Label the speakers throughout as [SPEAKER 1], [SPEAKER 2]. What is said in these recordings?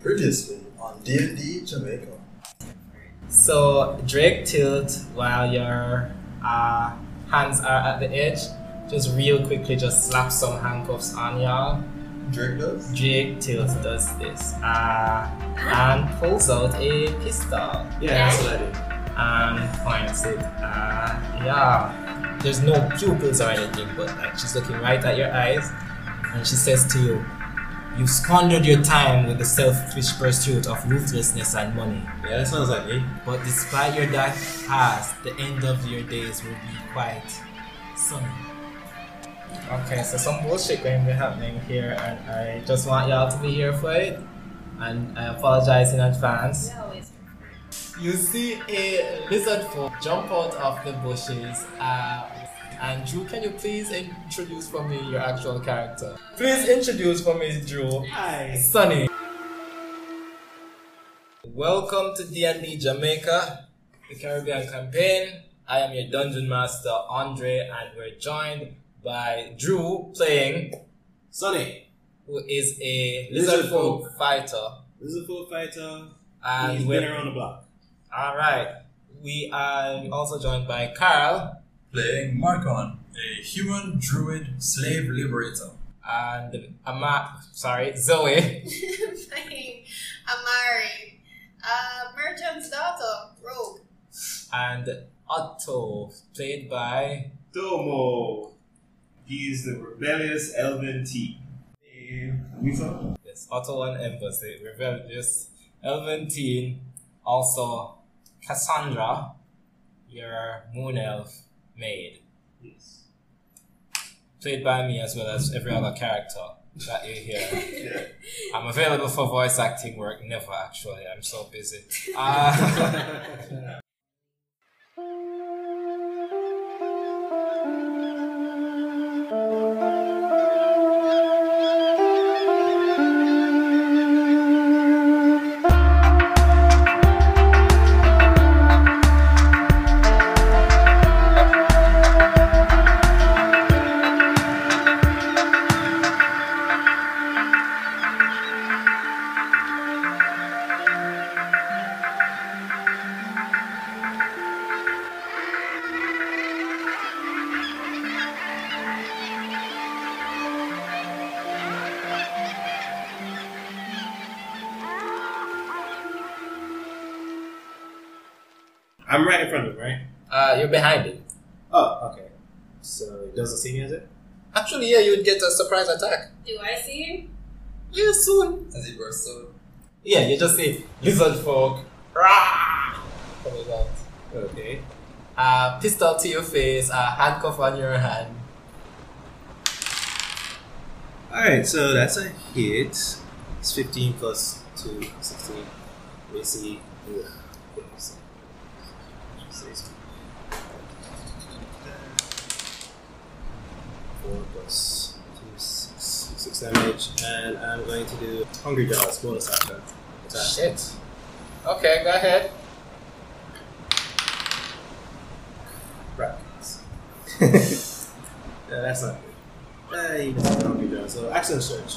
[SPEAKER 1] Previously on D and D Jamaica.
[SPEAKER 2] So Drake tilt while your uh, hands are at the edge. Just real quickly, just slap some handcuffs on y'all.
[SPEAKER 1] Drake does?
[SPEAKER 2] Drake tilt does this uh, and pulls out a pistol
[SPEAKER 3] Yeah, that's what I did.
[SPEAKER 2] and points it. Uh, yeah, there's no pupils or anything, but like she's looking right at your eyes, and she says to you, "You've squandered your time with the selfish pursuit of ruthlessness and money."
[SPEAKER 3] Yeah, that sounds like me.
[SPEAKER 2] But despite your dark past, the end of your days will be quite sunny. Okay, so some bullshit going to be happening here, and I just want y'all to be here for it. And I apologize in advance.
[SPEAKER 4] No, it's
[SPEAKER 2] You see a lizard folk jump out of the bushes. Uh, and Drew, can you please introduce for me your actual character? Please introduce for me, Drew.
[SPEAKER 3] Hi.
[SPEAKER 2] Sunny. Welcome to D&D Jamaica, the Caribbean campaign. I am your dungeon master Andre, and we're joined by Drew playing,
[SPEAKER 3] Sonny.
[SPEAKER 2] who is a
[SPEAKER 3] Lizard
[SPEAKER 2] lizard folk fighter.
[SPEAKER 3] This is a full fighter.
[SPEAKER 2] And
[SPEAKER 3] He's
[SPEAKER 2] we're
[SPEAKER 3] been around the block.
[SPEAKER 2] all right. We are also joined by Carl,
[SPEAKER 1] Playing Marcon, a human druid slave liberator.
[SPEAKER 2] and Ama. Sorry, Zoe.
[SPEAKER 4] playing Amari, uh, merchant's daughter, rogue.
[SPEAKER 2] and Otto, played by
[SPEAKER 3] Domo. He's the rebellious elven T. We saw?
[SPEAKER 2] Yes, Otto and Embassy, Rebellious, Elven Teen, also Cassandra, your moon elf maid,
[SPEAKER 3] Yes.
[SPEAKER 2] played by me as well as every other character that you hear.
[SPEAKER 3] Yeah.
[SPEAKER 2] I'm available for voice acting work, never actually, I'm so busy. Uh,
[SPEAKER 3] I'm right in front of him, right?
[SPEAKER 2] uh, you're behind it.
[SPEAKER 3] Oh, okay. So it doesn't see me, is it?
[SPEAKER 2] Actually, yeah, you would get a surprise attack.
[SPEAKER 4] Do I see him?
[SPEAKER 2] Yeah, soon.
[SPEAKER 1] As he bursts out.
[SPEAKER 2] Yeah, you just see lizard folk. Rah! Coming out.
[SPEAKER 3] Okay.
[SPEAKER 2] uh, pistol to your face, uh, handcuff on your hand.
[SPEAKER 3] Alright, so that's a hit. It's 15 plus 2, 16. We see. Ugh. What do you say? Six. Four plus two, six, six damage, and I'm going to do Hungry Jaws bonus action. attack.
[SPEAKER 2] Shit. Okay, go ahead.
[SPEAKER 3] Brackets. yeah, Uh, that's not good. Uh, he doesn't Hungry Jaws, so action search.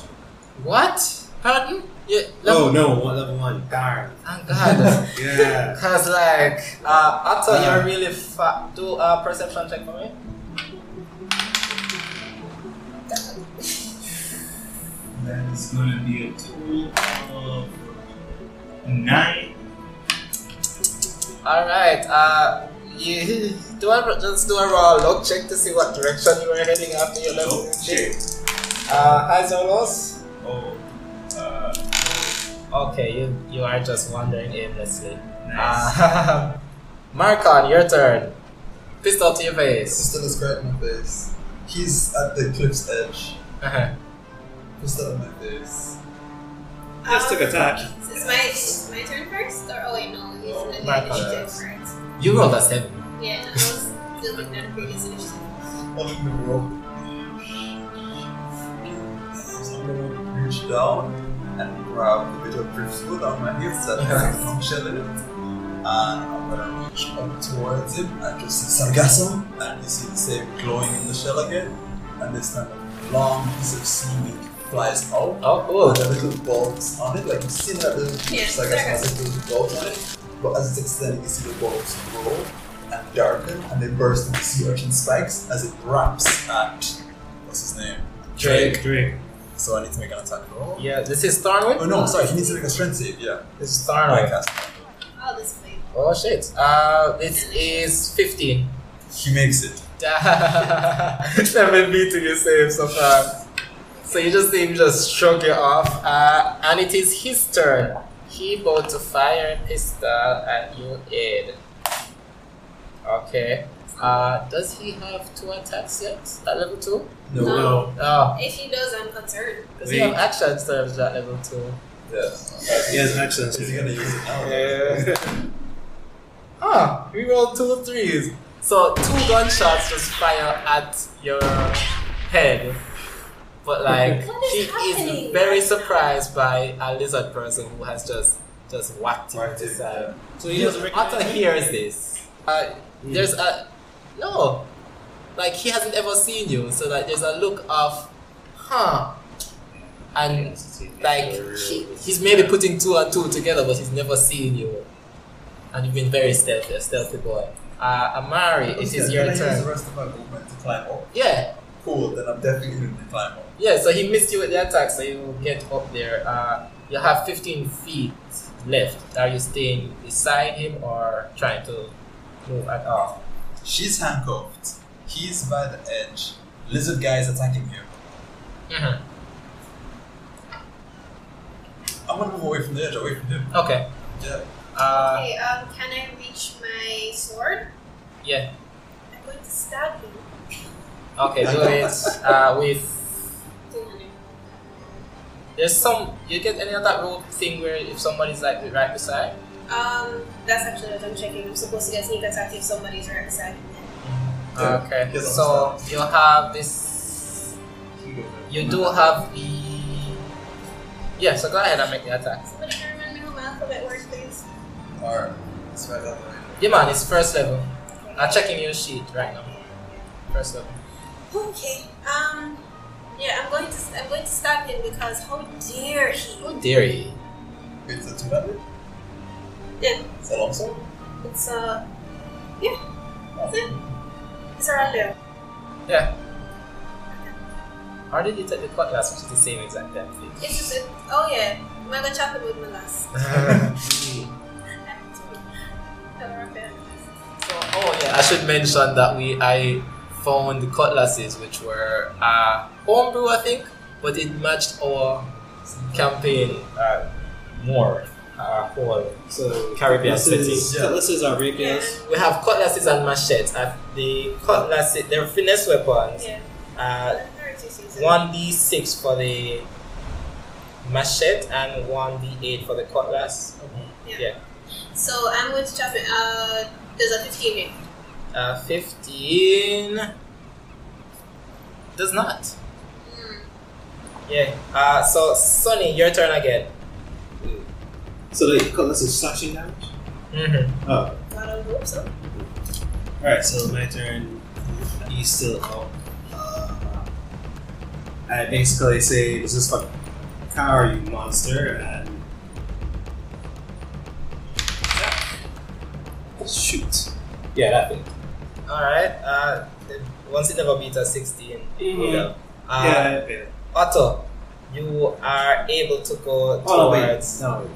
[SPEAKER 2] What? Pardon? You,
[SPEAKER 3] Oh no, one, level one. Darn.
[SPEAKER 2] Thank Ah, God.
[SPEAKER 3] Yeah.
[SPEAKER 2] Cause like, uh, after
[SPEAKER 3] Uh.
[SPEAKER 2] you're really fa- do a perception check for me.
[SPEAKER 5] That is going to be a total of nine.
[SPEAKER 2] All right. Uh, you do a, just do a raw look check to see what direction you were heading after your level.
[SPEAKER 5] Oh, shit.
[SPEAKER 2] Uh, highs or lows?
[SPEAKER 5] Oh, uh,
[SPEAKER 2] Okay, you you are just wandering aimlessly.
[SPEAKER 3] Ah.
[SPEAKER 5] nice.
[SPEAKER 2] Uh, Marcon, your turn. Pistol to your face.
[SPEAKER 1] Pistol is right in my face. He's at the cliff's edge.
[SPEAKER 2] Uh-huh.
[SPEAKER 1] Pistol in my face.
[SPEAKER 3] Just took a touch.
[SPEAKER 4] So it's Um, my, it's my turn first? Or, oh wait, no, he's
[SPEAKER 1] Oh,
[SPEAKER 4] gonna do
[SPEAKER 2] my
[SPEAKER 4] initiative
[SPEAKER 1] bad.
[SPEAKER 4] first.
[SPEAKER 2] You rolled a seven.
[SPEAKER 4] Yeah, no, I was still looking at the previous initiative.
[SPEAKER 1] All in the rope. So I'm gonna reach down and grab the bit of drift wood on my hips that has some shell in it. And I'm gonna reach up towards him and just sargasso and you see the same glowing in the shell again. And this time a long piece of seaweed flies out.
[SPEAKER 2] Oh,
[SPEAKER 1] Oh,
[SPEAKER 2] cool.
[SPEAKER 1] there are little bulbs on it, like you've seen that little
[SPEAKER 4] Yeah,
[SPEAKER 1] it's like a
[SPEAKER 4] circus.
[SPEAKER 1] has little bulbs on it. But as it's extending, you see the bulbs grow and darken, and they burst into sea urchin spikes as it wraps at what's his name?
[SPEAKER 2] Drake.
[SPEAKER 5] Drake.
[SPEAKER 1] So I need to make an attack roll.
[SPEAKER 2] Yeah, this is Starwind?
[SPEAKER 1] Oh no, sorry, he needs to make a strength save. Yeah,
[SPEAKER 2] This is
[SPEAKER 1] I
[SPEAKER 2] Starwind.
[SPEAKER 1] cast.
[SPEAKER 4] All this way.
[SPEAKER 2] Oh shit. Uh, this is 15.
[SPEAKER 1] He makes it.
[SPEAKER 2] Never beating your save so far. So you just see him just shrug it off. Uh, and it is his turn. He bought to fire a pistol at you aid. Okay. Uh, does he have two attacks yet at level 2?
[SPEAKER 1] No.
[SPEAKER 4] No.
[SPEAKER 2] Oh.
[SPEAKER 4] If he does, I'm concerned.
[SPEAKER 2] Does he have action surge at level 2?
[SPEAKER 1] Yeah.
[SPEAKER 3] He has accents.
[SPEAKER 1] Is he gonna use it now?
[SPEAKER 2] Yeah. Huh, Ah, we rolled two threes. So two gunshots just fire at your head. But like
[SPEAKER 4] What is
[SPEAKER 2] he
[SPEAKER 4] happening?
[SPEAKER 2] is very surprised by a lizard person who has just just whacked him
[SPEAKER 1] Whacked
[SPEAKER 2] to the
[SPEAKER 1] him,
[SPEAKER 2] side.
[SPEAKER 3] So
[SPEAKER 2] You Otter hears this. Uh, there's a no. Like he hasn't ever seen you, so like there's a look of huh. And like he, he's maybe putting two and two together, but he's never seen you, and you've been very stealthy, a stealthy boy. Uh, Amari, it is
[SPEAKER 1] Okay,
[SPEAKER 2] your
[SPEAKER 1] can I use the
[SPEAKER 2] turn.
[SPEAKER 1] rest of my movement to climb up.
[SPEAKER 2] Yeah,
[SPEAKER 1] Cool. Then I'm definitely going to climb up.
[SPEAKER 2] yeah. So he missed you with the attack, so you get up there. Uh, you have 15 feet left. Are you staying beside him or trying to move at all?
[SPEAKER 1] She's handcuffed. He's by the edge. Lizard guy is attacking him.
[SPEAKER 2] Mhm.
[SPEAKER 1] I'm gonna move away from the edge, away from him.
[SPEAKER 2] Okay.
[SPEAKER 1] Yeah.
[SPEAKER 2] Uh,
[SPEAKER 4] Okay, um, can I reach my sword?
[SPEAKER 2] yeah.
[SPEAKER 4] I'm going to stab him.
[SPEAKER 2] Okay, do it uh, with. There's some. You get any of that rope thing where if somebody's like right beside.
[SPEAKER 4] Um, that's actually what I'm checking. I'm supposed to get sneak attack if somebody's right beside me.
[SPEAKER 1] Yeah,
[SPEAKER 2] Okay.
[SPEAKER 1] yes,
[SPEAKER 2] So you have this. You do have the. Yeah. So go ahead and make the attack.
[SPEAKER 4] Somebody can remind me how my alphabet works, please.
[SPEAKER 1] Alright. It's right that way.
[SPEAKER 2] Yeah, man. It's first level.
[SPEAKER 4] Okay.
[SPEAKER 2] I'm checking your sheet right now. First level.
[SPEAKER 4] Okay. Um. Yeah, I'm going to I'm going to stab him because how dare he?
[SPEAKER 2] Oh dearie.
[SPEAKER 1] Wait, is that two damage?
[SPEAKER 4] Yeah.
[SPEAKER 1] Is that long sword?
[SPEAKER 4] It's uh. Yeah. That's it. It's around there.
[SPEAKER 2] Or did you take the cutlass, which is the same exact damage?
[SPEAKER 4] It's just it, oh yeah. I'm gonna chop it with my last.
[SPEAKER 2] So, oh yeah, I should mention that we I found the cutlasses which were uh, homebrew I think, but it matched our campaign uh, more uh, whole.
[SPEAKER 3] So
[SPEAKER 2] Caribbean
[SPEAKER 3] this
[SPEAKER 2] setting.
[SPEAKER 3] is-
[SPEAKER 1] Yeah.
[SPEAKER 3] This is our
[SPEAKER 4] Yeah.
[SPEAKER 3] rapiers.
[SPEAKER 2] We have cutlasses and machetes. Uh, the cutlasses, they're finesse weapons.
[SPEAKER 4] Yeah.
[SPEAKER 2] Uh,
[SPEAKER 4] Thirty season.
[SPEAKER 2] 1d6 for the machete and 1d8 for the cutlass.
[SPEAKER 4] So I'm going to chop it. Uh, there's a 15 hit.
[SPEAKER 2] Uh, 15 does not.
[SPEAKER 4] Hmm,
[SPEAKER 2] Yeah. Uh, so Sonny, your turn again.
[SPEAKER 3] So the cutlass is slashing damage.
[SPEAKER 2] Mm-hmm.
[SPEAKER 3] Oh,
[SPEAKER 4] Gotta hope so.
[SPEAKER 3] all right. So my turn. He's still out. Uh, I basically say, "This is for car, you monster!" and shoot. Yeah, that thing.
[SPEAKER 2] All right. Uh, the- once it ever beat a 16, it would have. Uh,
[SPEAKER 3] Mm-hmm. yeah, I failed.
[SPEAKER 2] Otto, you are able to go
[SPEAKER 3] Oh no, wait.
[SPEAKER 2] towards
[SPEAKER 3] No.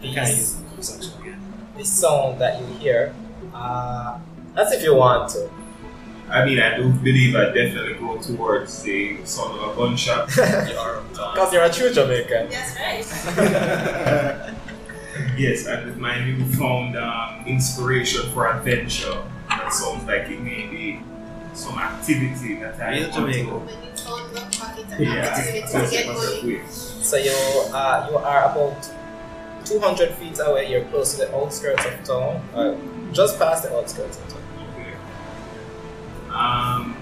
[SPEAKER 3] Yeah. I can't
[SPEAKER 2] the,
[SPEAKER 3] use this action again.
[SPEAKER 2] the sound that you hear. Uh, that's if you want to.
[SPEAKER 5] I mean, I do believe I definitely go towards the sound of a gunshot.
[SPEAKER 2] Because
[SPEAKER 1] You are up now.
[SPEAKER 2] you're a true Jamaican.
[SPEAKER 4] That's right.
[SPEAKER 5] yes, and with my newfound um, inspiration for adventure, that sounds like it may be some activity that I
[SPEAKER 3] Real
[SPEAKER 5] want
[SPEAKER 3] Jamaica.
[SPEAKER 5] to.
[SPEAKER 4] When you found the pocket and
[SPEAKER 5] Yeah,
[SPEAKER 4] opportunity to
[SPEAKER 5] associate
[SPEAKER 4] get
[SPEAKER 5] myself
[SPEAKER 4] going.
[SPEAKER 5] with.
[SPEAKER 2] So you uh, you are about 200 feet away. You're close to the outskirts of town, uh, just past the outskirts of town.
[SPEAKER 5] Okay. Um,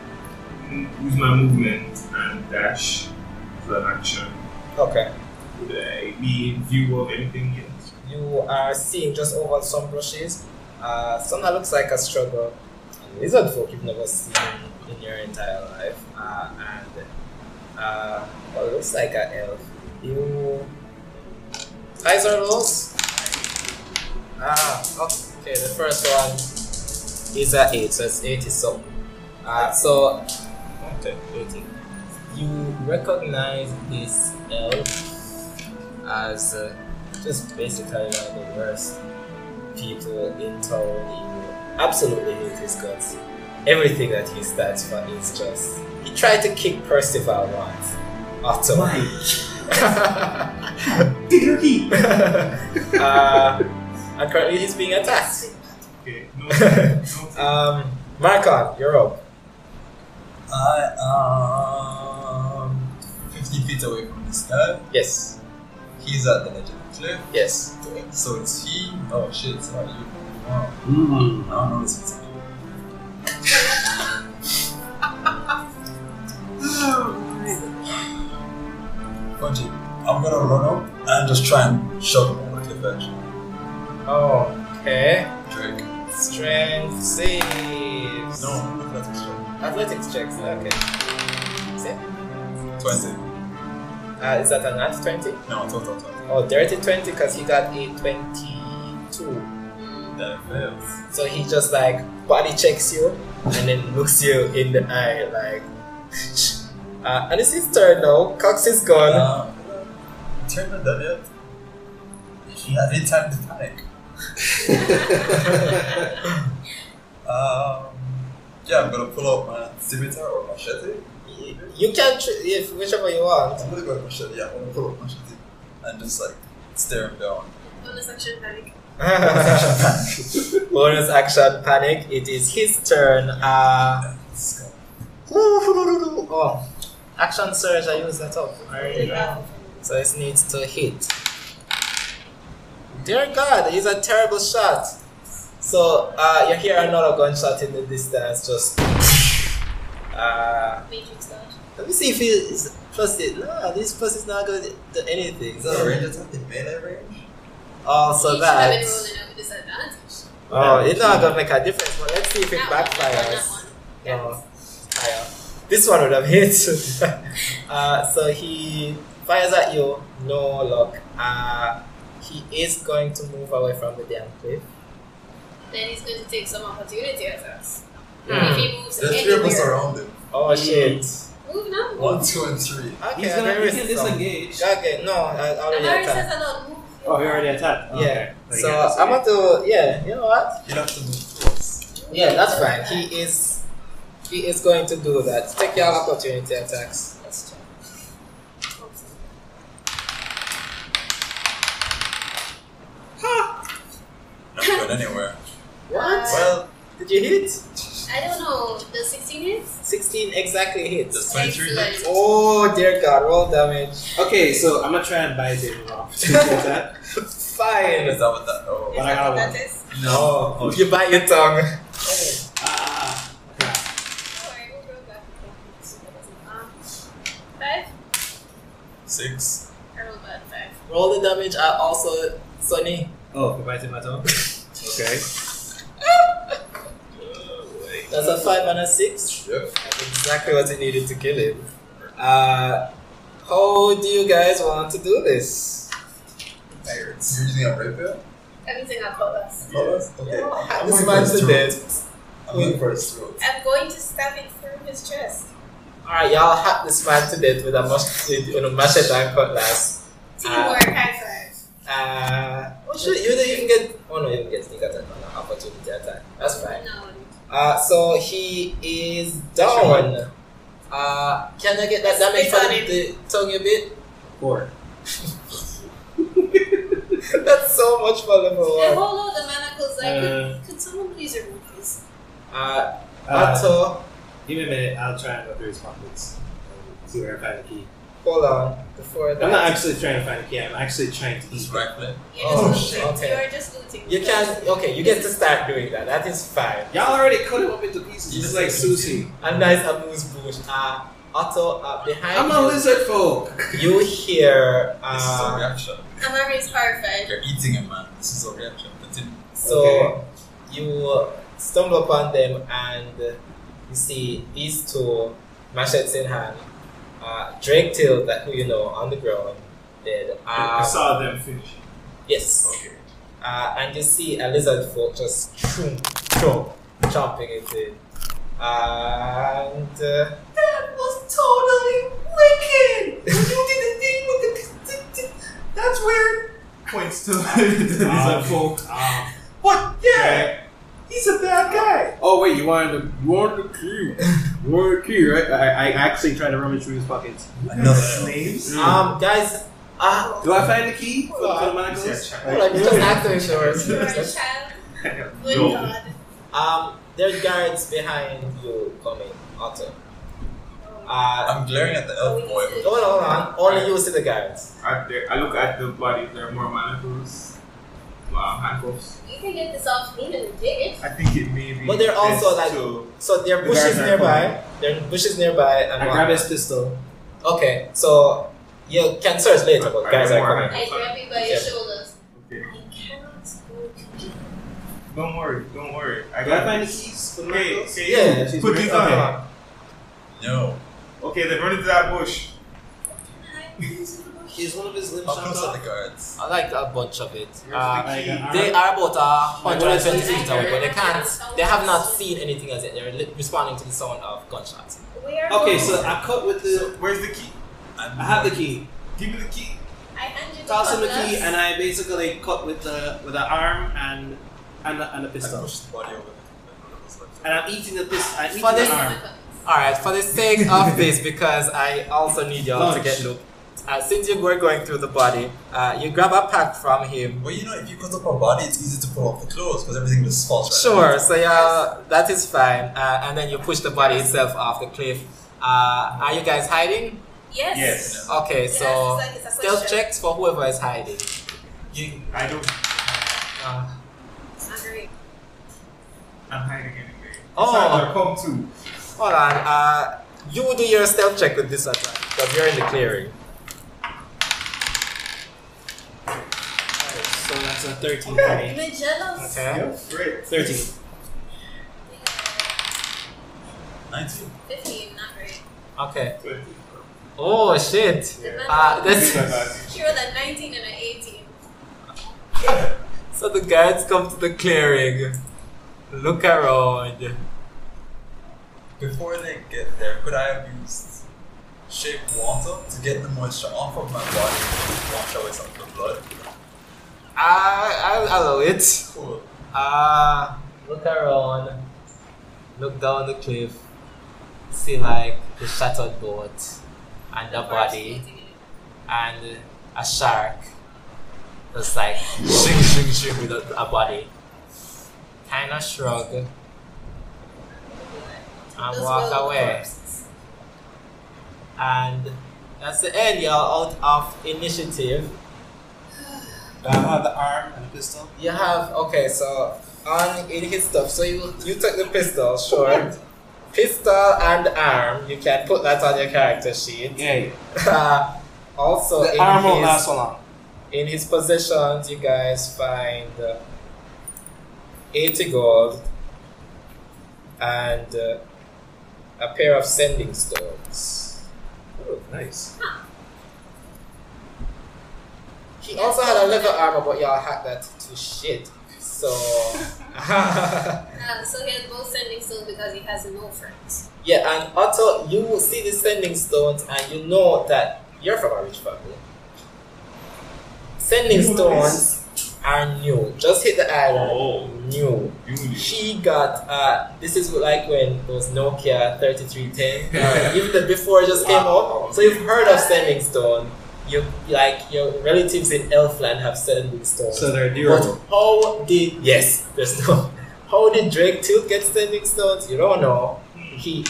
[SPEAKER 5] use my movement and dash as an action.
[SPEAKER 2] Okay.
[SPEAKER 5] Would I be in view of anything yet?
[SPEAKER 2] You are seeing just over some bushes. Uh, some that looks like a struggle. Lizard folk you've never seen in your entire life. Uh, and uh, what looks like an elf. You. Eyes are those? Ah, okay, the first one is a 8, so it's 80 something. Uh, so. Okay, 80. You recognize this elf as uh, just basically one of the worst people in town. You absolutely hate his guts. Everything that he stands for is just. He tried to kick Percival once. Otto.
[SPEAKER 3] Diggory!
[SPEAKER 2] uh, and currently he's being attacked.
[SPEAKER 5] Okay, no, no.
[SPEAKER 2] Um, Marcon, you're up.
[SPEAKER 1] I am 50 feet away from this guy.
[SPEAKER 2] Yes,
[SPEAKER 1] He's at the edge of the cliff.
[SPEAKER 2] yes.
[SPEAKER 1] So it's he. Oh shit, so are you? Oh, I
[SPEAKER 3] Mm.
[SPEAKER 1] don't know this is Fuck it. I'm gonna run up and just try and shove him over the cliff edge.
[SPEAKER 2] Okay.
[SPEAKER 1] Drake.
[SPEAKER 2] Strength saves.
[SPEAKER 1] No, athletics check.
[SPEAKER 2] Athletics checks, okay. Save.
[SPEAKER 1] 20.
[SPEAKER 2] Uh, is that an at 20?
[SPEAKER 1] No, total 20.
[SPEAKER 2] Oh, dirty 20 because he got a 22.
[SPEAKER 1] That fails.
[SPEAKER 2] So he just like body checks you and then looks you in the eye like. Uh, and it's his turn now. Cox is gone.
[SPEAKER 1] Uh, turn on that yet? He had any time to panic. Um, yeah, I'm gonna pull out my scimitar or machete.
[SPEAKER 2] you can tr- if whichever you want.
[SPEAKER 1] I'm gonna go with machete. Yeah, I'm gonna pull out machete and just like stare him down.
[SPEAKER 4] Bonus action panic.
[SPEAKER 2] Bonus action panic. It is his turn. Uh,
[SPEAKER 1] Let's go.
[SPEAKER 2] oh, action surge. I use that up.
[SPEAKER 4] Take that.
[SPEAKER 2] So it needs to hit. Dear God, it's a terrible shot. So uh, you hear another gunshot in the distance. Just. Uh,
[SPEAKER 4] Matrix dodge.
[SPEAKER 2] let me see if it's plus it. No, this plus is not going to do anything.
[SPEAKER 1] Is that a
[SPEAKER 2] So
[SPEAKER 1] range attack in melee range?
[SPEAKER 2] also
[SPEAKER 4] You should have
[SPEAKER 2] that.
[SPEAKER 4] been rolling out with disadvantage.
[SPEAKER 2] Oh, it's not gonna make a difference. But let's see if it
[SPEAKER 4] That one, that one, that
[SPEAKER 2] backfires.
[SPEAKER 4] one.
[SPEAKER 2] No, higher. uh, This one would have hit. uh, so he fires at you. No luck. Uh, he is going to move away from the damn cliff.
[SPEAKER 4] Then he's going to take some opportunity attacks.
[SPEAKER 2] Hmm.
[SPEAKER 4] If he moves
[SPEAKER 1] There's three of us
[SPEAKER 4] anywhere,
[SPEAKER 1] around him.
[SPEAKER 2] Oh shit.
[SPEAKER 4] move now.
[SPEAKER 1] One, two, and three.
[SPEAKER 2] Okay,
[SPEAKER 3] He's gonna
[SPEAKER 2] there
[SPEAKER 3] he
[SPEAKER 2] is
[SPEAKER 3] can
[SPEAKER 2] some-
[SPEAKER 3] disengage.
[SPEAKER 2] Okay, no, I already
[SPEAKER 4] Amari
[SPEAKER 2] attacked.
[SPEAKER 4] says a lot. Move.
[SPEAKER 3] Oh, he already attacked.
[SPEAKER 2] Yeah.
[SPEAKER 3] Okay.
[SPEAKER 2] So I'm going to. Yeah, you know what?
[SPEAKER 1] You have to move close.
[SPEAKER 2] Yeah, that's fine. He is. He is going to do that. Take your opportunity attacks.
[SPEAKER 4] Let's try.
[SPEAKER 1] Not going anywhere.
[SPEAKER 2] What?
[SPEAKER 1] Well,
[SPEAKER 2] Did you hit?
[SPEAKER 4] I don't know. The 16 hits?
[SPEAKER 2] 16 exactly hits.
[SPEAKER 1] there's 23 hits.
[SPEAKER 4] Excellent.
[SPEAKER 2] Oh dear god, roll damage.
[SPEAKER 3] Okay, so I'm gonna try and buy David off to attack.
[SPEAKER 1] Is
[SPEAKER 2] Fine.
[SPEAKER 1] that what that? Oh.
[SPEAKER 3] But I got
[SPEAKER 4] That
[SPEAKER 3] one.
[SPEAKER 4] is.
[SPEAKER 1] No.
[SPEAKER 2] Oh, you bite your tongue.
[SPEAKER 3] Ah,
[SPEAKER 4] Don't
[SPEAKER 3] crap.
[SPEAKER 4] worry, we'll go back and forth. So that doesn't- um, Five?
[SPEAKER 1] Six.
[SPEAKER 4] I rolled bad five.
[SPEAKER 2] Roll the damage are also Sonny.
[SPEAKER 3] Oh, for biting my tongue? Okay.
[SPEAKER 2] That's a five and a six.
[SPEAKER 1] Yep.
[SPEAKER 2] That's exactly what you needed to kill him. Uh, how do you guys want to do this?
[SPEAKER 1] Pirates. You're using a rapier?
[SPEAKER 4] Everything I call us.
[SPEAKER 1] Colors? Okay. I'm
[SPEAKER 2] This
[SPEAKER 1] going
[SPEAKER 2] man's
[SPEAKER 1] first
[SPEAKER 2] the
[SPEAKER 1] throat.
[SPEAKER 2] dead.
[SPEAKER 1] I'm going for his throat.
[SPEAKER 4] I'm going to stab it through his chest.
[SPEAKER 2] Alright, y'all hack this man to death with a mach- with, you know, machete and cutlass.
[SPEAKER 4] Teamwork high five.
[SPEAKER 2] Uh, oh shit, you didn't even get. Oh no, you didn't get sneak attack on an opportunity attack. That's fine.
[SPEAKER 4] No.
[SPEAKER 2] Uh, so he is down. Uh, can I get that damage
[SPEAKER 4] Spit on
[SPEAKER 2] from
[SPEAKER 4] him.
[SPEAKER 2] the tongue a bit?
[SPEAKER 3] Four.
[SPEAKER 2] That's so much fun level
[SPEAKER 4] I
[SPEAKER 2] one.
[SPEAKER 4] hold out the manacles. I
[SPEAKER 3] Uh,
[SPEAKER 4] could, could someone please remove this?
[SPEAKER 2] Uh,
[SPEAKER 3] uh,
[SPEAKER 2] Otto,
[SPEAKER 3] give me a minute, I'll try and go through his pockets. and See where I find the key.
[SPEAKER 2] hold on. Before
[SPEAKER 3] I'm not
[SPEAKER 2] that,
[SPEAKER 3] actually trying to find the key, I'm actually trying to
[SPEAKER 1] He's
[SPEAKER 3] eat.
[SPEAKER 1] grappling.
[SPEAKER 4] You're
[SPEAKER 2] Oh,
[SPEAKER 4] just looting.
[SPEAKER 2] okay.
[SPEAKER 4] You're just looting.
[SPEAKER 2] you can. Okay, you get to start doing that. That is fine.
[SPEAKER 3] Y'all already cut him up into pieces.
[SPEAKER 1] You
[SPEAKER 3] He's
[SPEAKER 1] just
[SPEAKER 3] like
[SPEAKER 1] like-
[SPEAKER 3] sushi.
[SPEAKER 2] And nice amuse bush. Uh, Otto, uh, behind
[SPEAKER 3] I'm a lizard folk.
[SPEAKER 2] you, you hear.
[SPEAKER 1] This is
[SPEAKER 5] Ah.
[SPEAKER 1] a
[SPEAKER 2] Uh,
[SPEAKER 1] reaction.
[SPEAKER 4] Amari is horrified.
[SPEAKER 1] You're eating him, man. This is a reaction. Continue.
[SPEAKER 2] so
[SPEAKER 3] Okay.
[SPEAKER 2] you stumble upon them and you see these two machetes in hand. Uh, Uh, Drake Till, that who you know on the ground, dead.
[SPEAKER 5] I
[SPEAKER 2] Uh,
[SPEAKER 5] saw them finish.
[SPEAKER 2] yes.
[SPEAKER 5] Okay.
[SPEAKER 2] Uh, and you see a lizard folk just chomp, chomp, chomping into it. And uh,
[SPEAKER 6] That was totally wicked. When you did the thing with the, that's weird.
[SPEAKER 5] Points to
[SPEAKER 3] um,
[SPEAKER 5] these are folk.
[SPEAKER 3] Ah.
[SPEAKER 6] What? Yeah,
[SPEAKER 5] Okay.
[SPEAKER 6] he's a bad guy.
[SPEAKER 3] Oh wait, you wanted the you wanted the key. You wanted the key, right? I, I actually tried to rummage through his pockets. Mm.
[SPEAKER 1] Another
[SPEAKER 3] Slaves?
[SPEAKER 2] um, guys, uh,
[SPEAKER 3] Do I find the key for, for the
[SPEAKER 5] Yes,
[SPEAKER 3] monocles?
[SPEAKER 2] hold on, just acting shores.
[SPEAKER 4] You're a child. Good
[SPEAKER 5] No.
[SPEAKER 4] God.
[SPEAKER 2] Um, there's guards behind you coming, Otto. Uh,
[SPEAKER 1] I'm glaring at the elf boy.
[SPEAKER 2] hold on, hold on. Only you see the guards.
[SPEAKER 5] At their- I look at the body. There are more manacles, um, handcuffs.
[SPEAKER 4] You can get this off me in a day.
[SPEAKER 5] I think it may be.
[SPEAKER 2] But they're also
[SPEAKER 5] best
[SPEAKER 2] like-
[SPEAKER 5] to-
[SPEAKER 2] So there are
[SPEAKER 3] The
[SPEAKER 2] bushes
[SPEAKER 3] guards are
[SPEAKER 2] nearby. There are bushes nearby, and
[SPEAKER 3] I
[SPEAKER 2] one-
[SPEAKER 3] grab his pistol.
[SPEAKER 2] Okay, so you can search later, but
[SPEAKER 5] I
[SPEAKER 2] guys are
[SPEAKER 5] don't worry.
[SPEAKER 2] coming.
[SPEAKER 4] I grab you by your
[SPEAKER 2] Yeah.
[SPEAKER 4] shoulders.
[SPEAKER 5] Okay.
[SPEAKER 4] I cannot go to jail.
[SPEAKER 5] Don't worry. Don't worry. I
[SPEAKER 3] Do I
[SPEAKER 5] got
[SPEAKER 3] find the
[SPEAKER 5] it.
[SPEAKER 3] keys for the
[SPEAKER 5] Okay.
[SPEAKER 3] monocles?
[SPEAKER 5] Okay.
[SPEAKER 2] Yeah,
[SPEAKER 3] she's
[SPEAKER 5] Put
[SPEAKER 3] very-
[SPEAKER 5] these
[SPEAKER 2] Okay.
[SPEAKER 5] on.
[SPEAKER 1] No.
[SPEAKER 5] Okay. Then run into that bush.
[SPEAKER 3] He's one of his limbs
[SPEAKER 1] How
[SPEAKER 3] shot
[SPEAKER 1] close are
[SPEAKER 3] off.
[SPEAKER 1] the guards?
[SPEAKER 2] I like a bunch of it. Uh,
[SPEAKER 3] Like an
[SPEAKER 2] they
[SPEAKER 3] arm.
[SPEAKER 2] are about a hundred and twenty
[SPEAKER 3] Like,
[SPEAKER 2] feet away, but they can't. They have not seen anything as yet. They're li- responding to the sound of gunshots.
[SPEAKER 4] Where
[SPEAKER 3] Okay,
[SPEAKER 4] was-
[SPEAKER 3] so I cut with
[SPEAKER 5] So
[SPEAKER 3] the.
[SPEAKER 5] where's the key?
[SPEAKER 1] I'm
[SPEAKER 3] I have the key.
[SPEAKER 5] Give me the key.
[SPEAKER 4] I hand you the
[SPEAKER 3] Toss him the
[SPEAKER 4] cutlass.
[SPEAKER 3] key, and I basically cut with the with the arm and and a, and a
[SPEAKER 1] I
[SPEAKER 3] pistol.
[SPEAKER 1] push the body over the
[SPEAKER 3] And I'm eating the pistol. I'm eating
[SPEAKER 2] For this-
[SPEAKER 3] the arm.
[SPEAKER 4] Where
[SPEAKER 2] All right, for the sake of this, because I also need y'all to get look. Uh, since you were going through the body, uh, you grab a pack from him.
[SPEAKER 1] Well, you know, if you cut up a body, it's easy to pull off the clothes because everything just falls right
[SPEAKER 2] Sure, so yeah, that is fine. Uh, and then you push the body itself off the cliff. Uh, are you guys hiding?
[SPEAKER 4] Yes.
[SPEAKER 5] Yes.
[SPEAKER 2] Okay,
[SPEAKER 4] Yes,
[SPEAKER 2] so
[SPEAKER 4] it's like it's a
[SPEAKER 2] stealth
[SPEAKER 4] question.
[SPEAKER 2] checks for whoever is hiding.
[SPEAKER 5] You. I don't.
[SPEAKER 2] Uh,
[SPEAKER 4] Agree.
[SPEAKER 5] I'm hiding anyway.
[SPEAKER 2] Oh.
[SPEAKER 5] Sandra, come too.
[SPEAKER 2] hold on, uh, you do your stealth check with disadvantage because you're in the clearing.
[SPEAKER 3] Alright, so that's a 13
[SPEAKER 4] You
[SPEAKER 3] okay.
[SPEAKER 4] were jealous.
[SPEAKER 2] Okay.
[SPEAKER 5] Yeah. Great.
[SPEAKER 3] 13.
[SPEAKER 1] now. 19.
[SPEAKER 4] 15, not great.
[SPEAKER 2] Okay.
[SPEAKER 5] Twenty.
[SPEAKER 2] Oh shit.
[SPEAKER 4] The man-
[SPEAKER 2] Uh, this.
[SPEAKER 4] Ah, She rolled a 19 and an 18.
[SPEAKER 2] So the guards come to the clearing, look around.
[SPEAKER 1] Before they get there, could I have used shape water to get the moisture off of my body and wash away some of the blood?
[SPEAKER 2] I, I'll allow it.
[SPEAKER 1] Cool.
[SPEAKER 2] Uh, look around, look down the cliff, see like the shattered boat and a body and a shark. Just like shing shing shing with a, a body. Kinda shrug and
[SPEAKER 4] Those
[SPEAKER 2] walk
[SPEAKER 4] were
[SPEAKER 2] away.
[SPEAKER 4] corpses.
[SPEAKER 2] And that's the end, y'all, out of initiative.
[SPEAKER 3] I have the arm and a pistol.
[SPEAKER 2] You have okay, so on in his stuff. So you you took the pistol, sure. Pistol and arm. You can put that on your character sheet.
[SPEAKER 3] Yeah.
[SPEAKER 2] Uh, also,
[SPEAKER 3] the
[SPEAKER 2] in
[SPEAKER 3] arm won't
[SPEAKER 2] his,
[SPEAKER 3] last so long.
[SPEAKER 2] in his possessions, you guys find uh, eighty gold and uh, a pair of sending stones.
[SPEAKER 3] Oh, nice.
[SPEAKER 2] He also had a leather armor, but y'all hacked that to shit. So.
[SPEAKER 4] Uh, so he has both sending stones because he has no friends.
[SPEAKER 2] Yeah, and Otto, you see the sending stones and you know that you're from a rich family. Sending
[SPEAKER 5] Nice.
[SPEAKER 2] stones are new. Just hit the island.
[SPEAKER 5] Oh.
[SPEAKER 2] New.
[SPEAKER 5] You knew.
[SPEAKER 2] She got uh this is like when those Nokia 3310 or even the before it just came
[SPEAKER 5] Wow.
[SPEAKER 2] up. So you've heard of sending stone. You like your relatives in Elfland have sending stones.
[SPEAKER 3] So they're durable.
[SPEAKER 2] But how did yes, there's no how did Drake Tooth get standing stones? You don't know. He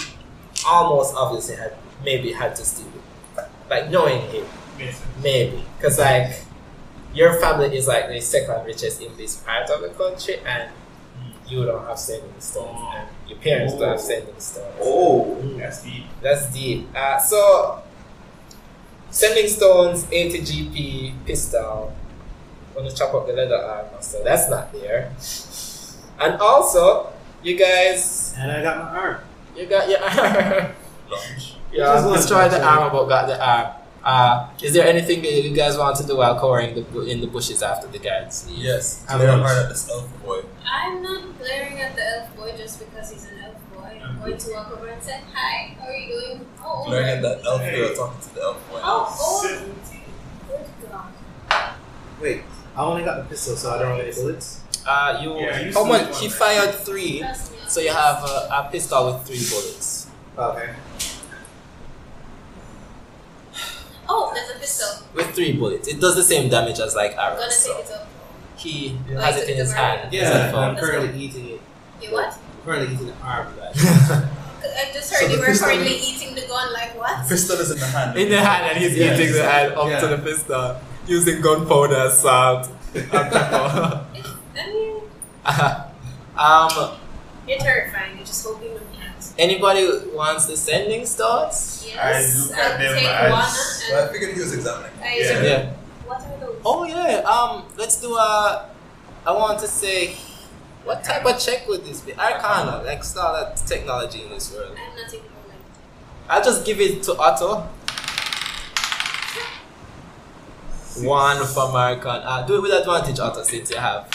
[SPEAKER 2] almost obviously had maybe had to steal it. Like knowing him,
[SPEAKER 5] Yes.
[SPEAKER 2] maybe. Because like your family is like the second richest in this part of the country and you don't have standing stones and your parents don't have standing stones. Mm.
[SPEAKER 5] Oh, that's deep.
[SPEAKER 2] That's deep. Uh, so, sending stones, 80 GP, pistol. Gonna chop up the leather armor, so that's not there. And also, you guys,
[SPEAKER 3] And I got my arm.
[SPEAKER 2] you got your
[SPEAKER 1] Lunge.
[SPEAKER 2] you Yeah,
[SPEAKER 3] Just one
[SPEAKER 2] destroyed the
[SPEAKER 3] touch,
[SPEAKER 2] arm, but got the arm. Uh, is there anything that you guys want to do while covering the bu- in the bushes after the guards? leave?
[SPEAKER 1] Yes,
[SPEAKER 2] I'm
[SPEAKER 1] they're
[SPEAKER 2] not.
[SPEAKER 1] part of this elf boy.
[SPEAKER 4] I'm not glaring at the elf boy just because he's an elf boy.
[SPEAKER 1] Mm-hmm.
[SPEAKER 4] I'm going to walk over and say, Hi, how are you doing? Oh,
[SPEAKER 1] Glaring at that elf
[SPEAKER 5] Hey.
[SPEAKER 1] girl talking to the elf boy.
[SPEAKER 4] Oh, oh,
[SPEAKER 5] Seventeen.
[SPEAKER 4] good God.
[SPEAKER 3] Wait, I only got the pistol, so I don't get bullets.
[SPEAKER 2] Uh, you.
[SPEAKER 5] Yeah, you
[SPEAKER 2] how
[SPEAKER 5] still
[SPEAKER 2] much?
[SPEAKER 5] got
[SPEAKER 2] He
[SPEAKER 5] one.
[SPEAKER 2] fired three,
[SPEAKER 4] Trust me, I'll
[SPEAKER 2] so you
[SPEAKER 4] do
[SPEAKER 2] have a, a pistol with three bullets.
[SPEAKER 3] Okay.
[SPEAKER 4] this. Oh, there's a pistol.
[SPEAKER 2] With three bullets, it does the same damage as like
[SPEAKER 4] I'm gonna
[SPEAKER 2] arrows.
[SPEAKER 4] take
[SPEAKER 2] So
[SPEAKER 4] it off.
[SPEAKER 2] he
[SPEAKER 3] Yeah.
[SPEAKER 2] has
[SPEAKER 4] Like,
[SPEAKER 2] it in
[SPEAKER 4] the
[SPEAKER 2] his hand.
[SPEAKER 4] Mario.
[SPEAKER 2] Is that
[SPEAKER 3] Yeah,
[SPEAKER 2] fun?
[SPEAKER 3] I'm currently eating it.
[SPEAKER 4] You what?
[SPEAKER 3] I'm currently eating the arm. Right?
[SPEAKER 4] I just
[SPEAKER 1] So
[SPEAKER 4] heard you
[SPEAKER 1] the
[SPEAKER 4] were
[SPEAKER 1] pistol-
[SPEAKER 4] currently eating the gun, like what?
[SPEAKER 1] Pistol is in the hand.
[SPEAKER 2] in the hand and he's
[SPEAKER 3] Yeah,
[SPEAKER 2] eating the hand up to
[SPEAKER 3] yeah.
[SPEAKER 2] the pistol using gunpowder as salt and pepper. Uh,
[SPEAKER 4] It's, I mean,
[SPEAKER 2] um,
[SPEAKER 4] you're terrifying. You're just hoping on hands.
[SPEAKER 2] anybody wants the sending stones?
[SPEAKER 4] Yes,
[SPEAKER 5] look
[SPEAKER 4] I'll
[SPEAKER 5] at them
[SPEAKER 4] take
[SPEAKER 5] as-
[SPEAKER 4] one.
[SPEAKER 1] Well,
[SPEAKER 4] And
[SPEAKER 1] I figured he was examining.
[SPEAKER 4] I,
[SPEAKER 5] Yeah.
[SPEAKER 2] Yeah.
[SPEAKER 4] What are those?
[SPEAKER 2] Oh yeah. Um, let's do a. I want to say, what type of check would this be? Arcana. Like, it's not that technology in this world.
[SPEAKER 4] I'm not taking one. like-
[SPEAKER 2] I'll just give it to Otto. One for Marcon. Uh, do it with advantage, Otto, since you have.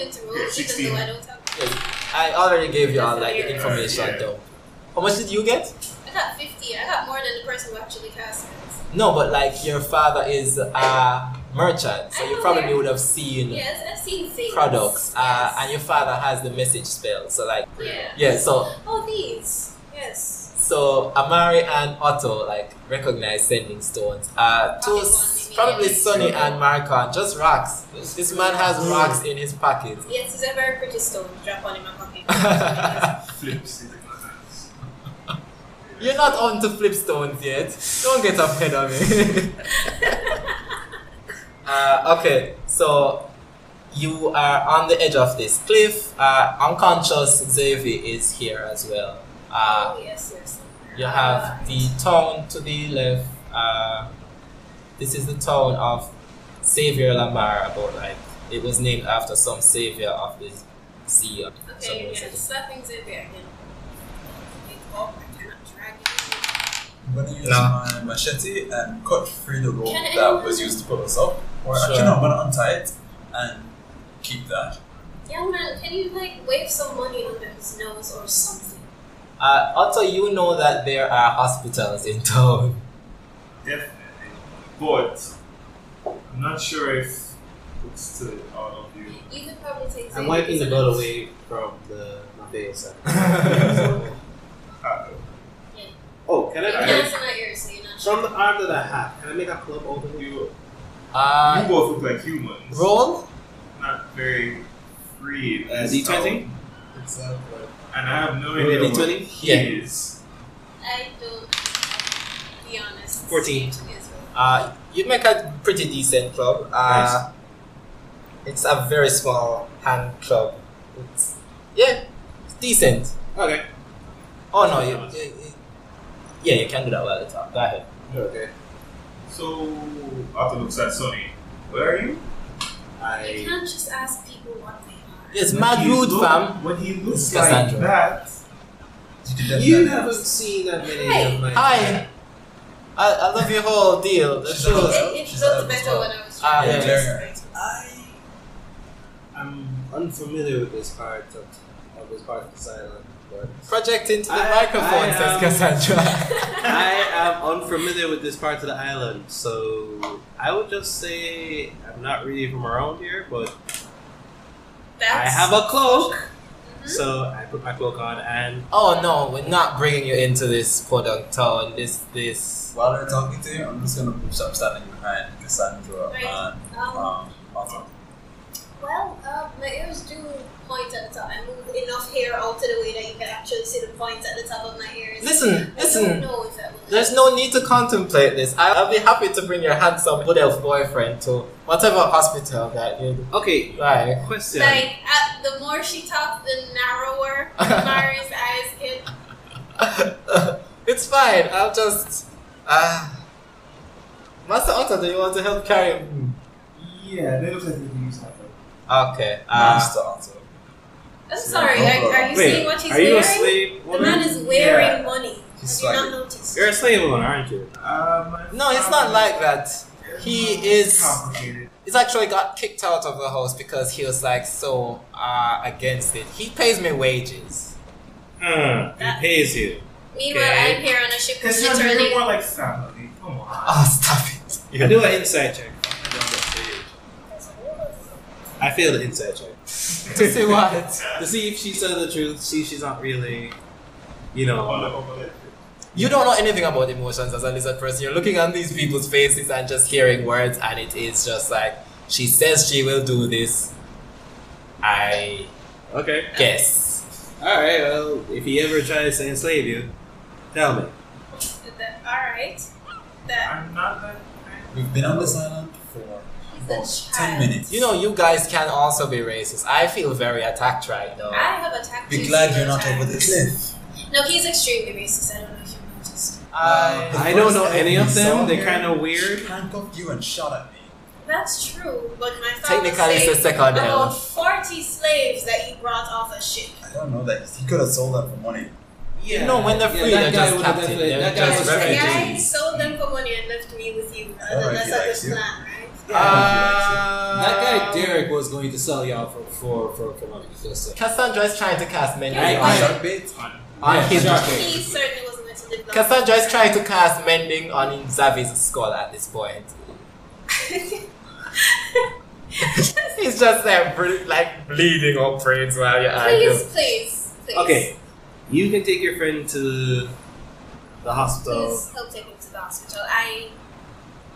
[SPEAKER 4] I'm going to roll
[SPEAKER 5] Yeah,
[SPEAKER 4] even
[SPEAKER 5] 16.
[SPEAKER 4] though I don't have.
[SPEAKER 2] I already gave you all like the information
[SPEAKER 5] Yeah.
[SPEAKER 2] though. How much did you get?
[SPEAKER 4] I got 50. I got more than the person who actually cast it.
[SPEAKER 2] No, but like your father is a merchant, so
[SPEAKER 4] I
[SPEAKER 2] you
[SPEAKER 4] know
[SPEAKER 2] probably
[SPEAKER 4] where-
[SPEAKER 2] would have seen
[SPEAKER 4] Yes, I've seen things.
[SPEAKER 2] products. Uh,
[SPEAKER 4] Yes.
[SPEAKER 2] and your father has the message spell, so like
[SPEAKER 4] Yeah.
[SPEAKER 2] yeah. So
[SPEAKER 4] Oh, these. Yes.
[SPEAKER 2] so Amari and Otto like recognize sending stones. Uh,
[SPEAKER 4] Pocket
[SPEAKER 2] two
[SPEAKER 4] one,
[SPEAKER 2] s-
[SPEAKER 4] maybe,
[SPEAKER 2] probably
[SPEAKER 4] yeah.
[SPEAKER 2] Sonny and Marcon just rocks. This man has rocks in his pocket.
[SPEAKER 4] Yes, it's a very pretty stone. Drop one in my pocket.
[SPEAKER 2] Uh.
[SPEAKER 5] Flips it in my hands.
[SPEAKER 2] You're not on to flip stones yet. Don't get ahead of me. uh, okay, so you are on the edge of this cliff. Uh, unconscious Xavier is here as well. Uh,
[SPEAKER 4] oh, yes, yes.
[SPEAKER 2] you have the town to the left. Uh, this is the town of Xavier Lamar, about like it was named after some savior of the sea. or something
[SPEAKER 4] Okay,
[SPEAKER 2] like
[SPEAKER 4] yeah,
[SPEAKER 2] that.
[SPEAKER 4] slapping Xavier again. Pick up, I cannot drag it.
[SPEAKER 1] I'm gonna use
[SPEAKER 2] No.
[SPEAKER 1] my machete and cut free the rope
[SPEAKER 4] Can
[SPEAKER 1] that
[SPEAKER 4] anyone-
[SPEAKER 1] was used to pull us up. Or
[SPEAKER 2] Sure.
[SPEAKER 1] actually, no, I'm gonna untie it and keep that.
[SPEAKER 4] Young man, can you like wave some money under his nose or something?
[SPEAKER 2] Uh, also, you know that there are hospitals in town.
[SPEAKER 5] Definitely. But I'm not sure if it's to all of you.
[SPEAKER 4] You could probably take.
[SPEAKER 3] I'm
[SPEAKER 4] Xavier
[SPEAKER 3] wiping the
[SPEAKER 4] as
[SPEAKER 3] blood
[SPEAKER 4] an-
[SPEAKER 3] away from the Mateo side.
[SPEAKER 5] Uh,
[SPEAKER 3] Oh, can
[SPEAKER 4] You
[SPEAKER 3] I
[SPEAKER 5] Yeah.
[SPEAKER 4] can't
[SPEAKER 3] make,
[SPEAKER 4] smell yours, so you're not
[SPEAKER 3] from the arm that I have, can I make a club out of it?
[SPEAKER 5] you, you
[SPEAKER 2] Uh,
[SPEAKER 5] both look like humans.
[SPEAKER 2] roll.
[SPEAKER 5] Not very free. in
[SPEAKER 3] Uh,
[SPEAKER 5] this
[SPEAKER 3] D20?
[SPEAKER 5] town.
[SPEAKER 1] Exactly.
[SPEAKER 5] And I have no
[SPEAKER 3] Roll a
[SPEAKER 5] idea what
[SPEAKER 3] D20?
[SPEAKER 5] he
[SPEAKER 2] Yeah.
[SPEAKER 5] is.
[SPEAKER 4] I don't. Be honest.
[SPEAKER 3] 14.
[SPEAKER 4] Same to me as well.
[SPEAKER 2] Uh, you make a pretty decent club. Uh, It's a very small hand club. It's yeah, it's decent.
[SPEAKER 3] Okay.
[SPEAKER 2] Oh no, you, you, you- yeah, you can do that while it's up. Go ahead.
[SPEAKER 3] Okay.
[SPEAKER 5] So, Otto looks at Sonny. Where are you?
[SPEAKER 4] You
[SPEAKER 3] I
[SPEAKER 4] can't just ask people what they are.
[SPEAKER 2] It's
[SPEAKER 5] When
[SPEAKER 2] mad
[SPEAKER 5] he
[SPEAKER 2] rude,
[SPEAKER 5] look-
[SPEAKER 2] fam.
[SPEAKER 5] When he looks
[SPEAKER 2] It's
[SPEAKER 5] like
[SPEAKER 2] Cassandra.
[SPEAKER 5] that,
[SPEAKER 3] you haven't seen that many
[SPEAKER 4] Hey,
[SPEAKER 3] of my
[SPEAKER 2] Hi. I, I love your whole deal. The
[SPEAKER 1] She's not
[SPEAKER 2] shoes.
[SPEAKER 1] okay.
[SPEAKER 4] It, it
[SPEAKER 1] She's
[SPEAKER 4] looked
[SPEAKER 1] out
[SPEAKER 4] better
[SPEAKER 1] as well.
[SPEAKER 4] when I was
[SPEAKER 2] Ah,
[SPEAKER 4] trying
[SPEAKER 2] yeah.
[SPEAKER 4] to
[SPEAKER 1] Yeah.
[SPEAKER 4] explain.
[SPEAKER 3] I am unfamiliar with this part of, of this part of the island, but
[SPEAKER 2] Project into the
[SPEAKER 3] I-
[SPEAKER 2] microphone,
[SPEAKER 3] I am-
[SPEAKER 2] says Cassandra.
[SPEAKER 3] I am unfamiliar with this part of the island, so I would just say I'm not really from around here, but I
[SPEAKER 4] That's
[SPEAKER 3] have a cloak.
[SPEAKER 4] Mhm.
[SPEAKER 3] So I put my cloak on and
[SPEAKER 2] oh no, we're not bringing you into this product town. This this.
[SPEAKER 1] While they're talking to you, I'm just gonna push up standing behind Cassandra
[SPEAKER 4] Right.
[SPEAKER 1] and
[SPEAKER 4] Um,
[SPEAKER 1] um, Otto.
[SPEAKER 4] well, uh, my ears do point at the top. I move enough hair out of the way that you can actually see the point at the top of my ears.
[SPEAKER 2] Listen,
[SPEAKER 4] I
[SPEAKER 2] listen.
[SPEAKER 4] don't know if that will
[SPEAKER 2] There's no need to contemplate this. I- I'll be happy to bring your handsome good elf boyfriend to whatever hospital that you
[SPEAKER 3] okay.
[SPEAKER 2] like.
[SPEAKER 3] Question:
[SPEAKER 4] Like, uh, the more she talks, the narrower Mari's eyes get.
[SPEAKER 2] it's fine. I'll just. Uh, Master Otter, do you want to help carry him?
[SPEAKER 5] yeah, they look like they can use that.
[SPEAKER 2] Okay. Uh,
[SPEAKER 1] Master Otto.
[SPEAKER 4] I'm sorry, are, are you
[SPEAKER 3] Wait,
[SPEAKER 4] seeing what he's
[SPEAKER 3] are you
[SPEAKER 4] wearing?
[SPEAKER 3] a slave
[SPEAKER 4] the
[SPEAKER 3] woman?
[SPEAKER 4] man is wearing money.
[SPEAKER 1] He's
[SPEAKER 4] Did not
[SPEAKER 1] like,
[SPEAKER 4] notice.
[SPEAKER 3] You're a slave owner, aren't you?
[SPEAKER 5] Um,
[SPEAKER 2] No, it's not like that. He is.
[SPEAKER 5] Complicated.
[SPEAKER 2] He's actually got kicked out of the house because he was like so uh, against it. He pays me wages.
[SPEAKER 3] Uh,
[SPEAKER 4] That-
[SPEAKER 3] he pays you.
[SPEAKER 4] Meanwhile,
[SPEAKER 2] Okay.
[SPEAKER 4] I'm here on a ship
[SPEAKER 5] Because you're
[SPEAKER 4] literally.
[SPEAKER 5] you're more like family. Come on.
[SPEAKER 2] Oh, stop it.
[SPEAKER 3] I do an insight check. I don't get paid. I failed the insight check.
[SPEAKER 2] to see what?
[SPEAKER 3] to see if she said the truth, see if she's not really, you know.
[SPEAKER 2] You don't know anything about emotions as a lizard person. You're looking at these people's faces and just hearing words, and it is just like, she says she will do this. I
[SPEAKER 3] Okay.
[SPEAKER 2] guess.
[SPEAKER 3] Alright, well, if he ever tries to enslave you, tell me.
[SPEAKER 4] Alright. That
[SPEAKER 5] I'm not that.
[SPEAKER 1] we've been on this island for about
[SPEAKER 4] is a
[SPEAKER 1] 10
[SPEAKER 4] child.
[SPEAKER 1] minutes.
[SPEAKER 2] You know, you guys can also be racist. I feel very attacked right now.
[SPEAKER 4] I have attacked
[SPEAKER 1] be
[SPEAKER 4] you
[SPEAKER 1] glad
[SPEAKER 4] several
[SPEAKER 1] you're not over
[SPEAKER 4] times.
[SPEAKER 1] the cliff.
[SPEAKER 4] No, he's extremely racist. I don't know if you noticed.
[SPEAKER 2] I,
[SPEAKER 3] I don't know
[SPEAKER 1] First
[SPEAKER 3] any of
[SPEAKER 1] time we saw
[SPEAKER 3] them. They're
[SPEAKER 1] her,
[SPEAKER 3] kind of weird.
[SPEAKER 1] She handcuffed you and shot at me.
[SPEAKER 4] That's true, but my father
[SPEAKER 2] technically, it's the
[SPEAKER 4] saved
[SPEAKER 2] second
[SPEAKER 4] about
[SPEAKER 2] elf.
[SPEAKER 4] 40 slaves that he brought off a ship.
[SPEAKER 1] I don't know that. He could have sold them for money.
[SPEAKER 2] Yeah, No, when they're free, they're
[SPEAKER 3] that guy
[SPEAKER 2] just
[SPEAKER 3] would have
[SPEAKER 2] captive.
[SPEAKER 3] definitely-
[SPEAKER 2] They're
[SPEAKER 3] that guy
[SPEAKER 2] just
[SPEAKER 4] Yes,
[SPEAKER 3] was
[SPEAKER 4] the
[SPEAKER 2] refugees.
[SPEAKER 4] guy sold them for money and left me with you.
[SPEAKER 1] Oh, if
[SPEAKER 4] that's
[SPEAKER 1] he
[SPEAKER 4] not
[SPEAKER 1] likes
[SPEAKER 4] his
[SPEAKER 1] you.
[SPEAKER 4] plan, right?
[SPEAKER 3] Uh, That guy Derek was going to sell y'all for for for, for money. Just say.
[SPEAKER 2] Cassandra is trying to cast men
[SPEAKER 4] Yeah,
[SPEAKER 2] on,
[SPEAKER 1] Shark bait?
[SPEAKER 2] on his.
[SPEAKER 3] shark
[SPEAKER 4] He
[SPEAKER 3] bait.
[SPEAKER 4] certainly wasn't going to live long.
[SPEAKER 2] Cassandra is trying to cast mending on Xavi's skull at this point. He's just there, bre- like bleeding or brains while you're
[SPEAKER 4] please, please, please.
[SPEAKER 3] Okay, you can take your friend to the hospital.
[SPEAKER 4] Please help take him to the hospital. I.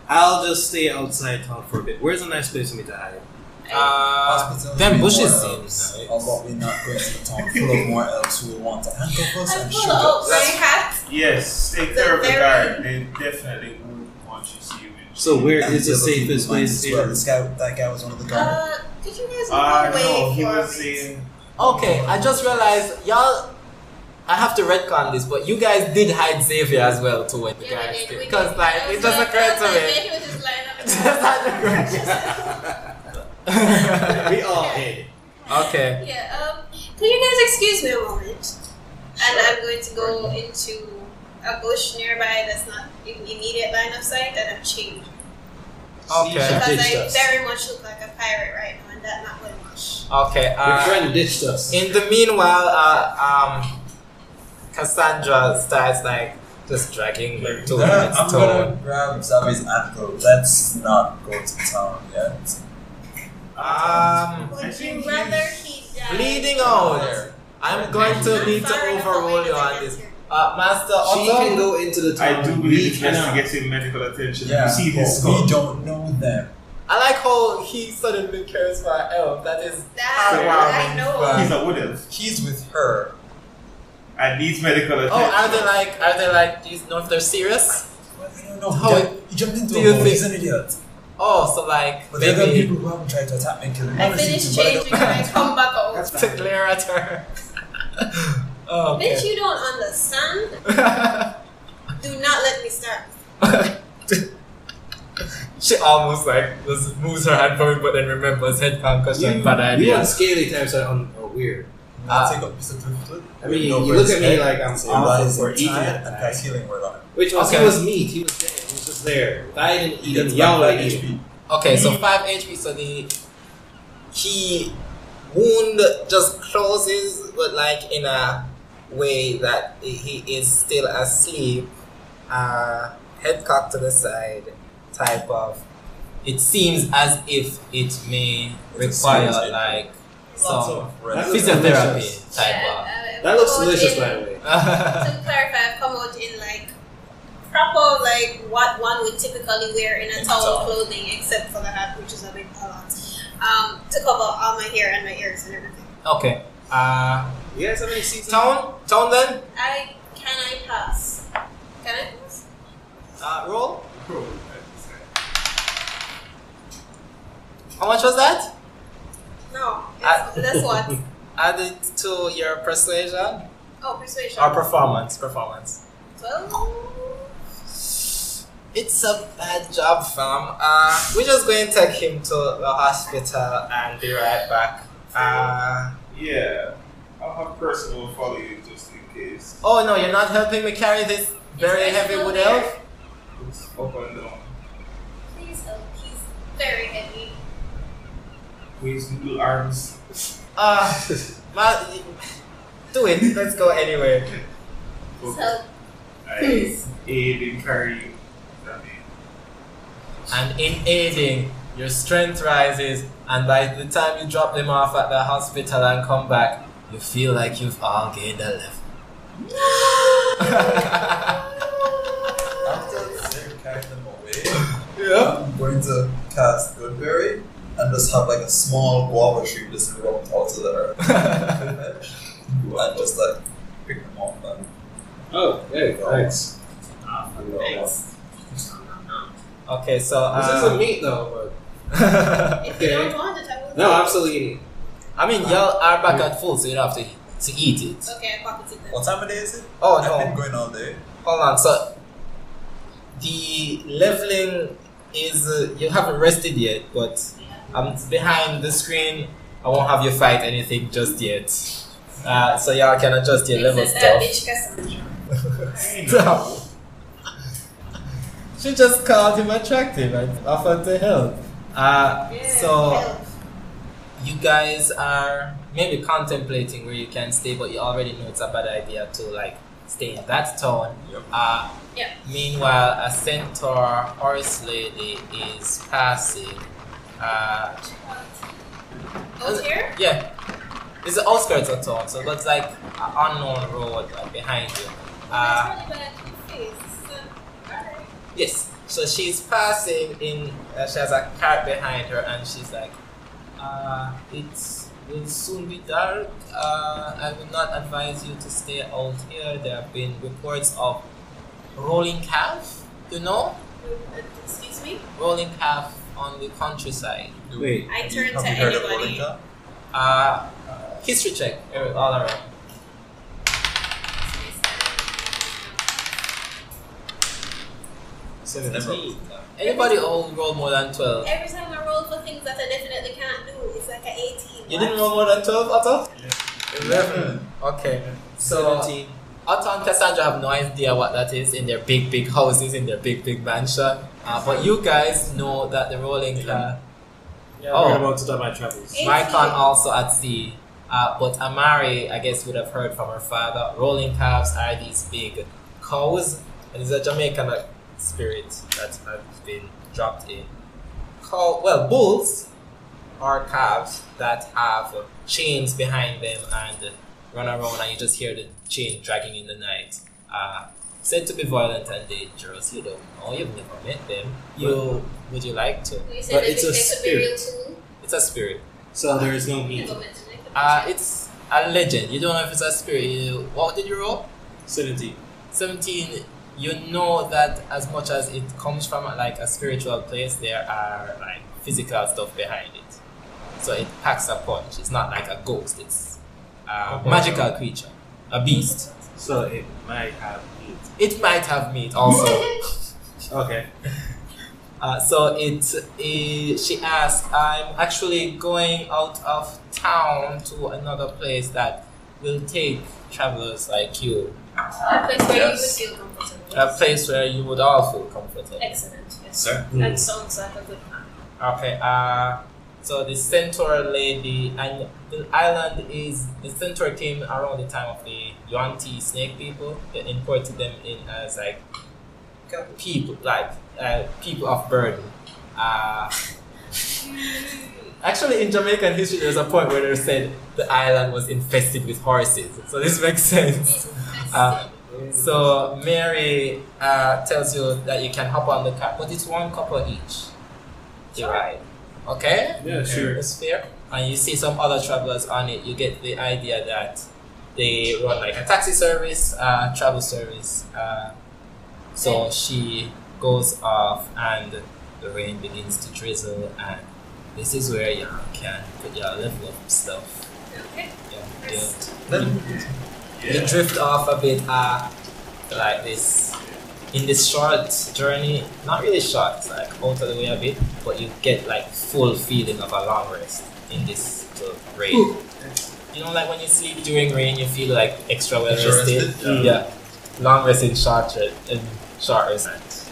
[SPEAKER 3] I'll just stay outside town for a bit. Where's a nice place for me to hide?
[SPEAKER 4] I
[SPEAKER 2] Uh,
[SPEAKER 1] Hospitals
[SPEAKER 2] them
[SPEAKER 1] need
[SPEAKER 2] bushes
[SPEAKER 1] more
[SPEAKER 2] seems
[SPEAKER 1] elves.
[SPEAKER 2] nice.
[SPEAKER 1] Although we're not going to the town full of more elves who will want to handcuff us
[SPEAKER 4] I
[SPEAKER 1] and
[SPEAKER 4] pull
[SPEAKER 1] shoot
[SPEAKER 4] out
[SPEAKER 1] us.
[SPEAKER 4] my hat.
[SPEAKER 5] Yes, take
[SPEAKER 4] The
[SPEAKER 5] care of the
[SPEAKER 4] very-
[SPEAKER 5] guard. They definitely won't want you see you. in-
[SPEAKER 3] So where
[SPEAKER 1] And
[SPEAKER 3] is the
[SPEAKER 1] other people
[SPEAKER 3] safest
[SPEAKER 1] might
[SPEAKER 3] place
[SPEAKER 1] as well.
[SPEAKER 3] here?
[SPEAKER 1] This guy, that guy was one of the guards.
[SPEAKER 4] Uh, could you guys
[SPEAKER 5] Ah,
[SPEAKER 4] walk
[SPEAKER 5] no,
[SPEAKER 4] away
[SPEAKER 5] he
[SPEAKER 4] for
[SPEAKER 5] was
[SPEAKER 4] a minute?
[SPEAKER 5] in.
[SPEAKER 2] Okay, I just realized y'all. I have to retcon this, but you guys did hide Xavier as well too when the
[SPEAKER 4] Yeah,
[SPEAKER 2] guys
[SPEAKER 4] we did.
[SPEAKER 2] did.
[SPEAKER 4] we
[SPEAKER 2] Because
[SPEAKER 4] did.
[SPEAKER 2] like
[SPEAKER 4] I
[SPEAKER 2] it
[SPEAKER 4] was
[SPEAKER 2] just
[SPEAKER 4] like-
[SPEAKER 2] occurred
[SPEAKER 4] I
[SPEAKER 2] to
[SPEAKER 4] was like,
[SPEAKER 2] me.
[SPEAKER 4] He was just lying on the
[SPEAKER 2] Just
[SPEAKER 4] ground.
[SPEAKER 2] had to
[SPEAKER 3] we all hid.
[SPEAKER 2] okay.
[SPEAKER 4] Yeah, um, can you guys excuse me a moment? And I'm going to go into a bush nearby that's not in immediate line of sight, and I'm changed.
[SPEAKER 2] Okay.
[SPEAKER 3] She
[SPEAKER 4] Because
[SPEAKER 3] ditched
[SPEAKER 4] I
[SPEAKER 3] us.
[SPEAKER 4] very much look like a pirate right now, and that not going much.
[SPEAKER 2] Okay.
[SPEAKER 3] Your
[SPEAKER 2] Uh,
[SPEAKER 3] friend ditched us.
[SPEAKER 2] In the meanwhile, uh, um, Cassandra starts like just dragging him
[SPEAKER 1] Uh,
[SPEAKER 2] to its
[SPEAKER 1] I'm
[SPEAKER 2] toe.
[SPEAKER 1] gonna grab Zabi's ankle. Let's not go to town yet.
[SPEAKER 2] Um,
[SPEAKER 5] I
[SPEAKER 4] Would you
[SPEAKER 5] think
[SPEAKER 4] rather
[SPEAKER 5] he's
[SPEAKER 4] he died?
[SPEAKER 2] bleeding out. I'm going to
[SPEAKER 4] I'm
[SPEAKER 2] need to
[SPEAKER 4] far enough
[SPEAKER 2] overrule
[SPEAKER 4] away
[SPEAKER 2] you
[SPEAKER 4] that I
[SPEAKER 2] on
[SPEAKER 4] can
[SPEAKER 2] this.
[SPEAKER 4] hear you.
[SPEAKER 2] Uh, Master
[SPEAKER 3] She can
[SPEAKER 2] Otto.
[SPEAKER 3] go into the town.
[SPEAKER 5] I do believe
[SPEAKER 3] We
[SPEAKER 5] he has
[SPEAKER 3] cannot.
[SPEAKER 5] to get him medical attention.
[SPEAKER 1] Yeah,
[SPEAKER 5] you see this
[SPEAKER 1] but we
[SPEAKER 5] skull.
[SPEAKER 1] don't know them.
[SPEAKER 2] I like how he suddenly cares for an elf. That is.
[SPEAKER 5] Fair.
[SPEAKER 4] That I know.
[SPEAKER 5] He's a wood elf
[SPEAKER 1] He's with her.
[SPEAKER 5] and needs medical attention.
[SPEAKER 2] Oh, are they like? Are they like? Do you know if they're serious?
[SPEAKER 1] Well, I don't know.
[SPEAKER 2] How
[SPEAKER 1] He, jumped, he jumped into
[SPEAKER 2] do
[SPEAKER 1] a
[SPEAKER 2] you
[SPEAKER 1] hole.
[SPEAKER 2] think-
[SPEAKER 1] He's an idiot.
[SPEAKER 2] Oh, so like
[SPEAKER 1] But there are other
[SPEAKER 2] maybe
[SPEAKER 1] people who haven't tried to attack me and kill me.
[SPEAKER 4] I finished changing and I come back out.
[SPEAKER 2] to glare at her. oh,
[SPEAKER 4] Bitch, you don't understand.
[SPEAKER 2] okay.
[SPEAKER 4] Do not let me start.
[SPEAKER 2] She almost like was, moves her hand from him, but then remembers headcount because she had bad
[SPEAKER 3] You
[SPEAKER 2] idea.
[SPEAKER 3] want scaly types that are, are weird.
[SPEAKER 1] I'll take a piece of driftwood.
[SPEAKER 3] I mean,
[SPEAKER 1] No
[SPEAKER 3] you look at
[SPEAKER 1] birds,
[SPEAKER 3] me
[SPEAKER 1] eh?
[SPEAKER 3] like I'm
[SPEAKER 1] So
[SPEAKER 3] awful
[SPEAKER 1] lies
[SPEAKER 3] for
[SPEAKER 1] in
[SPEAKER 3] eating
[SPEAKER 1] time
[SPEAKER 3] at
[SPEAKER 1] and
[SPEAKER 3] that.
[SPEAKER 1] cast healing word on him.
[SPEAKER 3] Which also
[SPEAKER 2] Okay.
[SPEAKER 3] was meat. He was dead. He was just there. Died and
[SPEAKER 1] He
[SPEAKER 3] eaten.
[SPEAKER 1] gets back
[SPEAKER 3] Y'all were
[SPEAKER 1] by
[SPEAKER 3] eating.
[SPEAKER 1] HP.
[SPEAKER 2] Okay, so five HP. So the he wound just closes, but like in a way that he is still asleep. Uh, head cocked to the side, type of. It seems as if it may
[SPEAKER 1] It's a serious
[SPEAKER 2] require
[SPEAKER 1] injury.
[SPEAKER 2] like
[SPEAKER 1] Lots
[SPEAKER 2] some
[SPEAKER 1] of
[SPEAKER 3] That
[SPEAKER 1] rest.
[SPEAKER 3] looks
[SPEAKER 2] physiotherapy
[SPEAKER 3] delicious.
[SPEAKER 2] type
[SPEAKER 3] That looks delicious, by the way.
[SPEAKER 2] of.
[SPEAKER 4] To clarify, I've come out in like proper, like what one would typically wear in a
[SPEAKER 1] In
[SPEAKER 4] towel
[SPEAKER 1] towel.
[SPEAKER 4] clothing, except for the hat, which is a bit a lot, um, to cover all my hair and my ears and everything.
[SPEAKER 2] okay. Uh,
[SPEAKER 3] You guys have any seasons?
[SPEAKER 2] Town, town then.
[SPEAKER 4] I can I pass? Can I pass?
[SPEAKER 2] Uh, roll.
[SPEAKER 5] Bro, that's sad.
[SPEAKER 2] How much was that?
[SPEAKER 4] No,
[SPEAKER 2] I-
[SPEAKER 4] that's, that's what.
[SPEAKER 2] Add it to your persuasion
[SPEAKER 4] Oh, persuasion.
[SPEAKER 2] or performance. Performance.
[SPEAKER 4] Twelve.
[SPEAKER 2] It's a bad job, fam. Uh, we're just going to take him to the hospital and be right back. Uh,
[SPEAKER 5] Yeah, I'll have a person who will follow you just in case.
[SPEAKER 2] Oh no, you're not helping me carry this very
[SPEAKER 4] Is there
[SPEAKER 2] heavy
[SPEAKER 4] still
[SPEAKER 2] wood
[SPEAKER 4] there?
[SPEAKER 2] elf?
[SPEAKER 5] It's up and down.
[SPEAKER 4] Please help. He's very heavy.
[SPEAKER 5] Waves little arms.
[SPEAKER 2] Ah, well, do it. Let's go anyway.
[SPEAKER 4] Please
[SPEAKER 5] Okay.
[SPEAKER 4] help.
[SPEAKER 5] I aid in carrying that man.
[SPEAKER 2] And in aiding, your strength rises, and by the time you drop them off at the hospital and come back, you feel like you've all gained a level.
[SPEAKER 1] After Zane carried them away,
[SPEAKER 2] yeah.
[SPEAKER 1] I'm going to cast Goodberry and just have like a small guava tree just erupt out of the earth. and just like pick them up and
[SPEAKER 3] Oh, hey, thanks.
[SPEAKER 1] roll
[SPEAKER 3] Thanks.
[SPEAKER 2] Okay, so
[SPEAKER 3] this isn't
[SPEAKER 2] uh,
[SPEAKER 3] meat though,
[SPEAKER 4] If
[SPEAKER 3] Okay.
[SPEAKER 4] you don't want it, I will.
[SPEAKER 3] but no, I'm still eating.
[SPEAKER 2] I mean y'all are back at full, so you don't have to to eat it.
[SPEAKER 4] Okay, I pocketed them.
[SPEAKER 1] What time of day is it?
[SPEAKER 2] Oh
[SPEAKER 1] I've been
[SPEAKER 2] no!
[SPEAKER 1] going all day.
[SPEAKER 2] Hold on. So the leveling is uh, you haven't rested yet, but I'm behind the screen. I won't have you fight anything just yet. Uh, so y'all can adjust your level
[SPEAKER 4] Except that
[SPEAKER 2] stuff.
[SPEAKER 4] bitch Cassandra.
[SPEAKER 2] Stop. She just called him attractive and offered to help. Uh,
[SPEAKER 4] Yeah,
[SPEAKER 2] so
[SPEAKER 4] help.
[SPEAKER 2] you guys are maybe contemplating where you can stay, but you already know it's a bad idea to like stay in that town.
[SPEAKER 1] Yep.
[SPEAKER 2] Uh,
[SPEAKER 4] Yeah.
[SPEAKER 2] Meanwhile, a centaur horse lady is passing. Uh,
[SPEAKER 4] Goes here?
[SPEAKER 2] yeah, it's the outskirts of town, so that's like an unknown road uh, behind you. Uh,
[SPEAKER 4] That's really bad. Face. Alright.
[SPEAKER 2] Yes. So she's passing in. Uh, she has a cart behind her, and she's like, uh, "It will soon be dark. Uh, I would not advise you to stay out here. There have been reports of rolling calf. You know,
[SPEAKER 4] Uh, Excuse me?
[SPEAKER 2] rolling calf on the countryside.
[SPEAKER 1] Do-
[SPEAKER 3] Wait.
[SPEAKER 4] I
[SPEAKER 1] do you- have
[SPEAKER 4] turn to
[SPEAKER 1] you heard of
[SPEAKER 4] anybody.
[SPEAKER 1] Rolling Top?
[SPEAKER 2] Uh, history check er, all around.
[SPEAKER 1] Never.
[SPEAKER 2] Anybody old roll more than twelve?
[SPEAKER 4] Every time I roll for things that I definitely can't do, it's like an 18.
[SPEAKER 2] You
[SPEAKER 4] What?
[SPEAKER 2] didn't roll more than twelve, Otto?
[SPEAKER 1] Eleven.
[SPEAKER 2] Okay. So. Otto and Cassandra have no idea what that is in their big, big houses, in their big, big mansion. Uh, but you guys know that the rolling car,
[SPEAKER 3] Yeah,
[SPEAKER 2] Oh.
[SPEAKER 3] we're about to start my travels.
[SPEAKER 4] Eighteen.
[SPEAKER 2] Mycon also at sea. Uh, but Amari, I guess, would have heard from her father. Rolling calves are these big cows, and it's a Jamaican uh, spirit that has been dropped in. Cow, well, bulls are calves that have chains behind them and run around, and you just hear the chain dragging in the night. Uh, said to be violent and dangerous. You don't know. You've never met them. You would you like to?
[SPEAKER 4] You
[SPEAKER 3] But
[SPEAKER 4] said that
[SPEAKER 3] it's
[SPEAKER 4] they
[SPEAKER 3] a
[SPEAKER 4] could be real too?
[SPEAKER 2] It's a spirit.
[SPEAKER 3] So there is no
[SPEAKER 4] I
[SPEAKER 3] meat.
[SPEAKER 4] don't mention it.
[SPEAKER 2] Uh, it's a legend. You don't know if it's a spirit. You, what did you roll?
[SPEAKER 3] Seventeen.
[SPEAKER 2] 17. You know that as much as it comes from like a spiritual place, there are like physical stuff behind it. So it packs a punch. It's not like a ghost. It's a
[SPEAKER 3] Okay.
[SPEAKER 2] magical creature, a beast.
[SPEAKER 3] So it might have meat.
[SPEAKER 2] It might have meat also.
[SPEAKER 3] Okay.
[SPEAKER 2] Uh, so it, eh, she asked, I'm actually going out of town to another place that will take travelers like you.
[SPEAKER 4] a place where
[SPEAKER 1] Yes.
[SPEAKER 4] you would feel comfortable.
[SPEAKER 2] A place where you would all feel comfortable.
[SPEAKER 4] Excellent. Yes.
[SPEAKER 1] Sir?
[SPEAKER 2] Mm.
[SPEAKER 4] That sounds like a good plan.
[SPEAKER 2] Okay, uh, so the centaur lady and the island is the centaur came around the time of the Yuan-Ti snake people. They imported them in as like people, like uh, people of burden. Uh, actually, in Jamaican history, there's a point where they said the island was infested with horses. So this makes sense. Uh, so Mary uh, tells you that you can hop on the car, but it's one couple each. You ride, okay?
[SPEAKER 3] Yeah, sure.
[SPEAKER 2] It's fair. And you see some other travelers on it. You get the idea that they run like a taxi service, uh, travel service. Uh, so she goes off, and the rain begins to drizzle, and this is where you can put your level up stuff.
[SPEAKER 4] Okay.
[SPEAKER 2] Yeah, yeah.
[SPEAKER 4] First.
[SPEAKER 2] You drift off a bit uh, like this in this short journey not really short like out of the way a bit but you get like full feeling of a long rest in this little raid You know, like when you sleep during rain, you feel like extra well
[SPEAKER 1] Extra
[SPEAKER 2] rested.
[SPEAKER 1] rested,
[SPEAKER 2] yeah. long rest in short rest and short rest.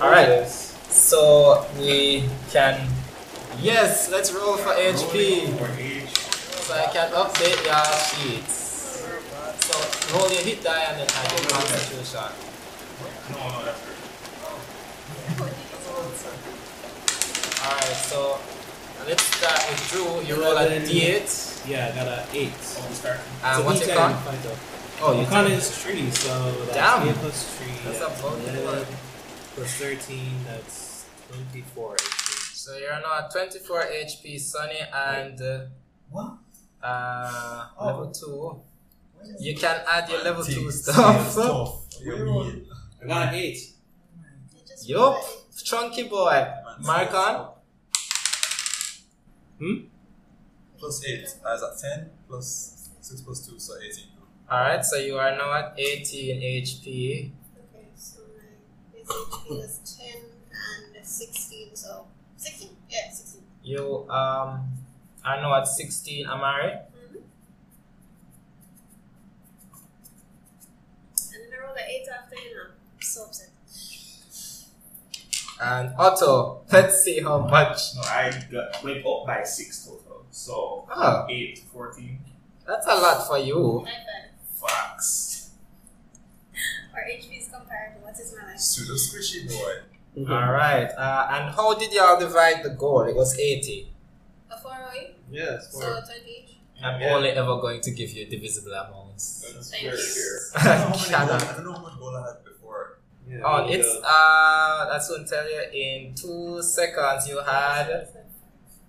[SPEAKER 2] All right, so we can. Yes, let's roll for HP.
[SPEAKER 5] Or age.
[SPEAKER 2] So I can update your sheets. So roll your hit die and then I do concentration.
[SPEAKER 5] No, no, that's
[SPEAKER 2] All right, so let's start with Drew. You roll a
[SPEAKER 3] Eleven.
[SPEAKER 2] d8
[SPEAKER 3] Yeah, I got an 8. So
[SPEAKER 2] and Uh, what's
[SPEAKER 3] he
[SPEAKER 2] it
[SPEAKER 3] can
[SPEAKER 2] con?
[SPEAKER 3] find out.
[SPEAKER 2] Oh, you
[SPEAKER 3] My con
[SPEAKER 2] did.
[SPEAKER 3] is 3, so that's
[SPEAKER 2] Damn.
[SPEAKER 3] 8 plus 3.
[SPEAKER 2] That's
[SPEAKER 3] yeah,
[SPEAKER 2] a bulky
[SPEAKER 3] 11
[SPEAKER 2] one.
[SPEAKER 3] Plus 13, that's 24.
[SPEAKER 2] So you're now at 24 HP, Sunny, and uh,
[SPEAKER 1] What?
[SPEAKER 2] uh,
[SPEAKER 1] Oh.
[SPEAKER 2] level two. You can add your level two
[SPEAKER 1] Things.
[SPEAKER 2] stuff.
[SPEAKER 1] What do you mean?
[SPEAKER 3] I got an 8.
[SPEAKER 2] Yup, chunky boy. Mark on.
[SPEAKER 3] Hmm?
[SPEAKER 1] Plus Uh, 8. I was at 10, plus 6 plus 2, so 18.
[SPEAKER 2] All right, so you are now at 18 HP.
[SPEAKER 4] Okay, so my base HP was 10 and 16, so 16? Yeah, 16.
[SPEAKER 2] You um are now at 16, Amari.
[SPEAKER 4] Mm-hmm. And then I rolled an 8 after, and I'm so upset.
[SPEAKER 2] And Otto, let's see how much.
[SPEAKER 5] No, I got, went up by 6 total. So,
[SPEAKER 2] Oh,
[SPEAKER 5] 8 to 14.
[SPEAKER 2] that's a lot for you.
[SPEAKER 4] 9 5.
[SPEAKER 5] Facts.
[SPEAKER 4] Our HP is comparable. What is my life?
[SPEAKER 1] Pseudo squishy boy.
[SPEAKER 2] All right, uh, and how did y'all divide the goal? It was 80.
[SPEAKER 4] A 4 away,
[SPEAKER 3] Yes,
[SPEAKER 4] so
[SPEAKER 3] 4.
[SPEAKER 4] 20 each.
[SPEAKER 2] I'm
[SPEAKER 5] Yeah.
[SPEAKER 2] only ever going to give you divisible amounts.
[SPEAKER 5] That's
[SPEAKER 4] Thank
[SPEAKER 5] very
[SPEAKER 4] you.
[SPEAKER 5] fair.
[SPEAKER 1] I don't know how many
[SPEAKER 2] Shut
[SPEAKER 1] goal- I don't know how much goal I had before.
[SPEAKER 3] Yeah,
[SPEAKER 2] Oh,
[SPEAKER 3] there you
[SPEAKER 2] it's
[SPEAKER 3] go.
[SPEAKER 2] uh, that's what I tell you. In two seconds, you had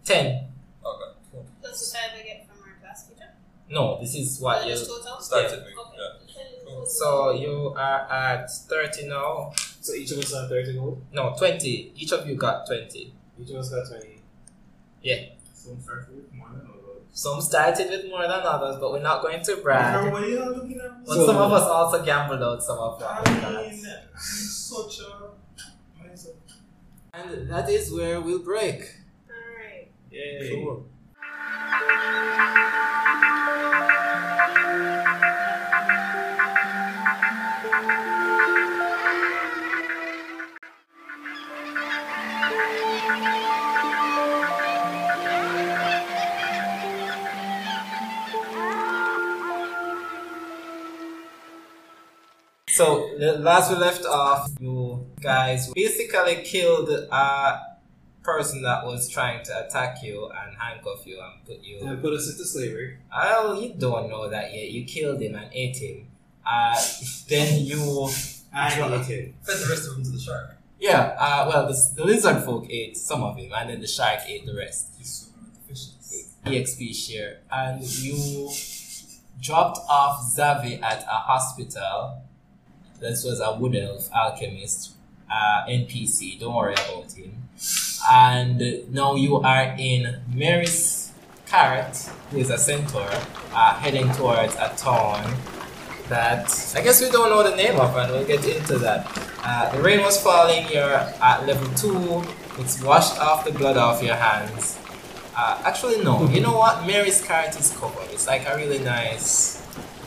[SPEAKER 2] ten.
[SPEAKER 1] Okay, cool.
[SPEAKER 4] Plus the 5 I get from our class teacher.
[SPEAKER 2] No, this is what
[SPEAKER 4] So
[SPEAKER 2] you.
[SPEAKER 4] just total?
[SPEAKER 1] Started me.
[SPEAKER 4] Okay.
[SPEAKER 1] Yeah. Cool.
[SPEAKER 2] So you are at thirty now.
[SPEAKER 3] So each of us got 30 gold?
[SPEAKER 2] No, twenty. Each of you got twenty.
[SPEAKER 3] Each of us got 20.
[SPEAKER 5] So, I'm starting with more than others.
[SPEAKER 2] Some started with more than others, but we're not going to brag.
[SPEAKER 5] Everybody, y'all looking at me?
[SPEAKER 2] But
[SPEAKER 3] So-
[SPEAKER 2] some of us also gambled out some of
[SPEAKER 5] I
[SPEAKER 2] that.
[SPEAKER 5] mean, I'm such a. I'm such a-
[SPEAKER 2] And that is where we'll break.
[SPEAKER 4] Alright.
[SPEAKER 3] Yay.
[SPEAKER 2] So the last we left off, you guys basically killed uh, a person that was trying to attack you and handcuff you and put you.
[SPEAKER 3] And put us into slavery.
[SPEAKER 2] Oh, you don't know that yet. You killed him and ate him. Uh, then you,
[SPEAKER 3] And ate him.
[SPEAKER 1] Fed the rest of them to the shark.
[SPEAKER 2] yeah. Uh, well, the, s- the lizard folk ate some of him, and then the shark ate the rest.
[SPEAKER 1] He's swimming with the fishes.
[SPEAKER 2] EXP E share, and you dropped off Zavi at a hospital. This was a wood elf alchemist, uh, NPC. Don't worry about him. And now you are in Mary's carrot, who is a centaur, uh, heading towards a town that I guess we don't know the name of, and we'll get into that. Uh, the rain was falling. You're at level two. It's washed off the blood off your hands. Uh, actually, no. You know what? Mary's character is covered. It's like a really nice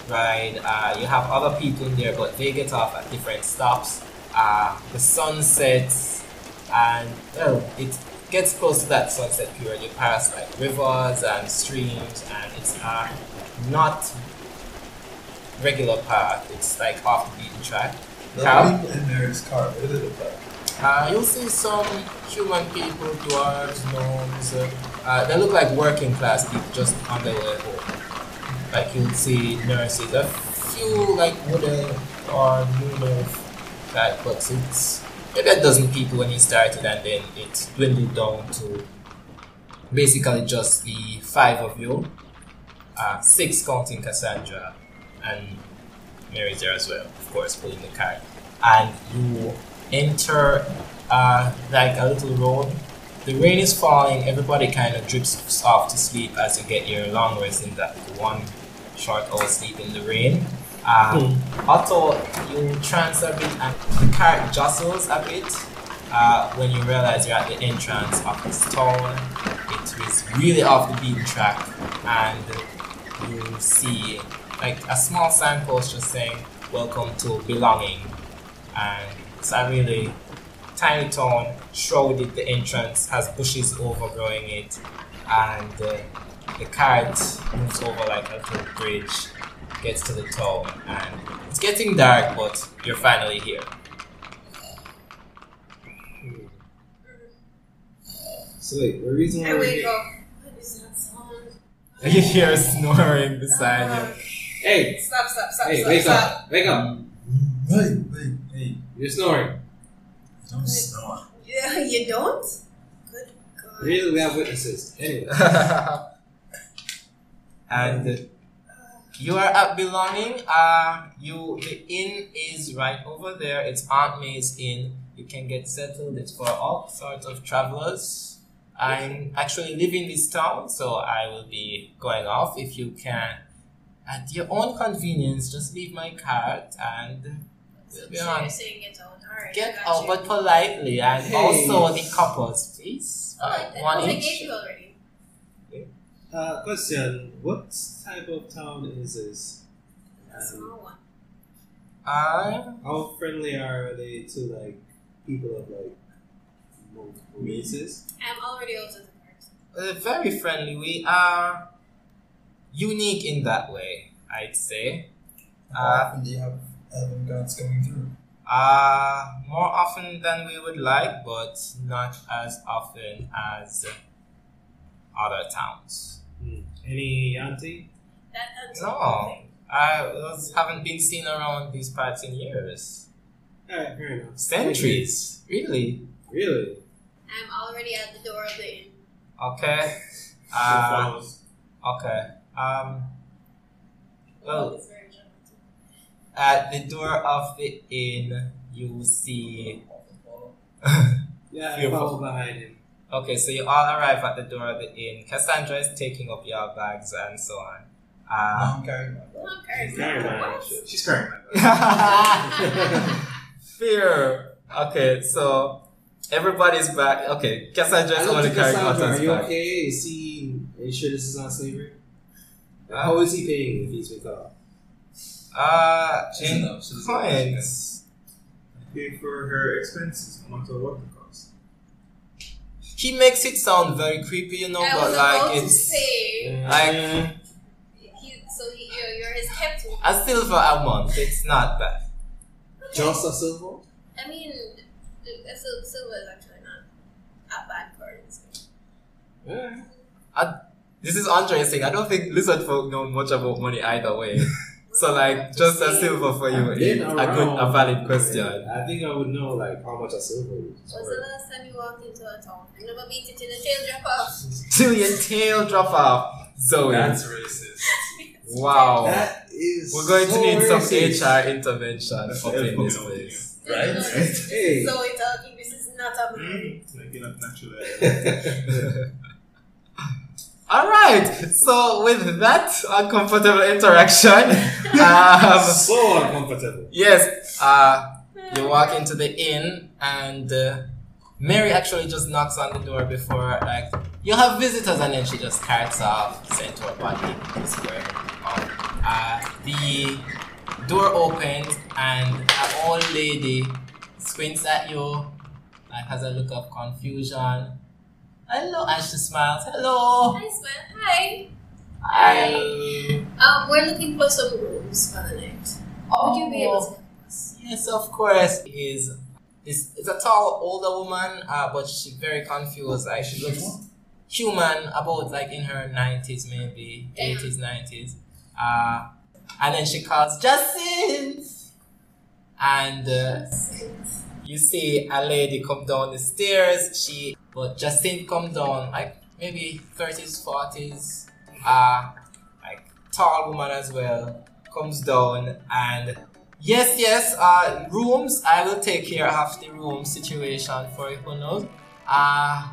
[SPEAKER 2] ride. Uh, you have other people in there, but they get off at different stops. Uh, the sun sets, and well, it gets close to that sunset period. You pass like rivers and streams, and it's uh, not regular path. It's like off the beaten track. Cow?
[SPEAKER 1] The people in Mary's car, what did it look like?
[SPEAKER 2] Uh, you'll see some human people, dwarves, gnomes. uh, Uh, they look like working class people just on their way home. Like you'll see nurses, a few like wooden or moon of that, but it's maybe a dozen people when he started, and then it dwindled down to basically just the five of you, uh, six counting Cassandra and Mary's there as well, of course, pulling the card. And you enter uh, like a little road. The rain is falling, everybody kind of drips off to sleep as you get your long rest in that one short hour sleep in the rain. Uh, Also, you trance a bit and the cart jostles a bit uh, when you realize you're at the entrance of this town. It is really off the beaten track and you see like a small signpost just saying "Welcome to Belonging," and it's a really tiny town shrouded the entrance, has bushes overgrowing it, and uh, the cart moves over like a little bridge, gets to the town, and it's getting dark, but you're finally here.
[SPEAKER 4] Mm-hmm.
[SPEAKER 3] So wait, the reason why
[SPEAKER 4] I
[SPEAKER 3] we're
[SPEAKER 4] wake
[SPEAKER 3] here-
[SPEAKER 4] up. What is that sound?
[SPEAKER 2] You hear snoring beside you.
[SPEAKER 3] Hey,
[SPEAKER 4] Ah, Stop, stop, stop,
[SPEAKER 2] Eh,
[SPEAKER 3] hey,
[SPEAKER 4] stop,
[SPEAKER 3] wake
[SPEAKER 4] stop.
[SPEAKER 3] up, wake up!
[SPEAKER 1] Hey, hey, hey,
[SPEAKER 3] You're snoring.
[SPEAKER 1] don't snore.
[SPEAKER 4] Yeah, you don't? Good God.
[SPEAKER 3] The reason we have witnesses. Anyway,
[SPEAKER 2] and uh,
[SPEAKER 4] Uh,
[SPEAKER 2] you are at belonging. Uh, you the inn is right over there. It's Aunt May's inn. You can get settled. It's for all sorts of travelers. I actually live in this town, so I will be going off if you can. At your own convenience, just leave my card and we'll be
[SPEAKER 4] So
[SPEAKER 2] on.
[SPEAKER 4] you're saying get out. Alright.
[SPEAKER 2] Get
[SPEAKER 4] got
[SPEAKER 2] out,
[SPEAKER 4] you.
[SPEAKER 2] but politely, and
[SPEAKER 3] Hey.
[SPEAKER 2] also the couples, please.
[SPEAKER 4] Oh,
[SPEAKER 2] Uh,
[SPEAKER 4] I,
[SPEAKER 2] one
[SPEAKER 4] I
[SPEAKER 2] each.
[SPEAKER 4] gave you already.
[SPEAKER 3] uh, question: What type of town is this?
[SPEAKER 4] A
[SPEAKER 3] Um,
[SPEAKER 4] small one.
[SPEAKER 2] Uh,
[SPEAKER 3] how friendly are they to like people of like multiple races?
[SPEAKER 4] I'm already out of the person.
[SPEAKER 2] uh, very friendly. We are unique in that way, I'd say.
[SPEAKER 1] Ah.
[SPEAKER 2] Uh,
[SPEAKER 1] Often they have elven gods coming through.
[SPEAKER 2] uh, more often than we would like, but not as often as other towns.
[SPEAKER 3] Hmm. Any auntie?
[SPEAKER 4] That that's
[SPEAKER 2] No.
[SPEAKER 4] nothing.
[SPEAKER 2] I was, haven't been seen around these parts in years.
[SPEAKER 3] All right, fair enough.
[SPEAKER 2] Centuries, really.
[SPEAKER 3] Really?
[SPEAKER 4] I'm already at the door of the inn.
[SPEAKER 2] Okay.
[SPEAKER 5] Uh,
[SPEAKER 2] Uh, okay. Um, Well-
[SPEAKER 4] it's very gentle.
[SPEAKER 2] at the door of the inn, you see.
[SPEAKER 3] Yeah, I
[SPEAKER 2] Fearful.
[SPEAKER 3] follow behind him.
[SPEAKER 2] Okay, so you all arrive at the door of the inn. Cassandra is taking up your bags and so on. Uh,
[SPEAKER 1] I'm carrying my bag.
[SPEAKER 4] Come on, Kurt.
[SPEAKER 3] Very
[SPEAKER 4] What?
[SPEAKER 3] nice.
[SPEAKER 5] She's carrying my bag.
[SPEAKER 2] Fear. Okay, so everybody's back. Okay, Cassandra's
[SPEAKER 3] I
[SPEAKER 2] going
[SPEAKER 3] looked
[SPEAKER 2] to carry
[SPEAKER 3] at Cassandra,
[SPEAKER 2] Gotham's
[SPEAKER 3] Are you
[SPEAKER 2] back.
[SPEAKER 3] okay? Is he? Are you sure this is not slavery? How is he paying if he's been caught?
[SPEAKER 2] Uh,
[SPEAKER 1] She's
[SPEAKER 2] in
[SPEAKER 1] enough, she's enough.
[SPEAKER 2] coins.
[SPEAKER 5] Pay for her expenses, no matter what the cost.
[SPEAKER 2] He makes it sound very creepy, you know,
[SPEAKER 4] I
[SPEAKER 2] but
[SPEAKER 4] was about
[SPEAKER 2] like
[SPEAKER 4] to
[SPEAKER 2] it's
[SPEAKER 4] say,
[SPEAKER 2] Like-
[SPEAKER 4] he, so he, you're, you're his kept one.
[SPEAKER 2] a silver a month. It's not bad.
[SPEAKER 3] just a silver?
[SPEAKER 4] I mean, the- sil- silver is actually not a bad currency.
[SPEAKER 3] Yeah.
[SPEAKER 2] This is Andre saying, I don't think lizard folk know much about money either way. so like, just a silver for you
[SPEAKER 3] I've
[SPEAKER 2] is
[SPEAKER 3] been
[SPEAKER 2] a
[SPEAKER 3] around.
[SPEAKER 2] good, a valid question.
[SPEAKER 3] I think I would know like how much a silver is.
[SPEAKER 4] Was the
[SPEAKER 3] worth.
[SPEAKER 4] last time you walked into a town? I never beat it in a tail drop off.
[SPEAKER 2] Till your tail drop off, Zoe.
[SPEAKER 1] That's racist. Oh.
[SPEAKER 2] wow.
[SPEAKER 3] That is.
[SPEAKER 2] We're going to need some
[SPEAKER 3] HR.
[SPEAKER 2] HR intervention
[SPEAKER 5] That's
[SPEAKER 2] up in
[SPEAKER 5] helpful,
[SPEAKER 2] this
[SPEAKER 5] you know.
[SPEAKER 2] place.
[SPEAKER 1] Right?
[SPEAKER 3] Hey.
[SPEAKER 4] So we're talking, this is not a man.
[SPEAKER 5] Mm, like you're not natural.
[SPEAKER 2] All right. So with that uncomfortable interaction, um,
[SPEAKER 3] so uncomfortable.
[SPEAKER 2] yes, uh, you walk into the inn and uh, Mary actually just knocks on the door before like you have visitors and then she just carts off sent to a party square. Um, Uh, the door opens and an old lady squints at you and has a look of confusion. Hello, and she smiles. Hello.
[SPEAKER 4] Hi, Sven. Hi.
[SPEAKER 2] Hi.
[SPEAKER 4] Um, we're looking for some rooms for the night. Would you be able to help us?
[SPEAKER 2] Yes, of course. Is is is a tall older woman, uh, but she's very confused. Like she looks human, about like in her nineties, maybe
[SPEAKER 4] Yeah.
[SPEAKER 2] eighties, nineties. Uh, and then she calls Jacinth, and uh, you see a lady come down the stairs. She but Jacinth come down like maybe thirties, forties. Uh, like tall woman as well comes down and Yes, yes. Uh, rooms. I will take care of the room situation for you, knows. Uh,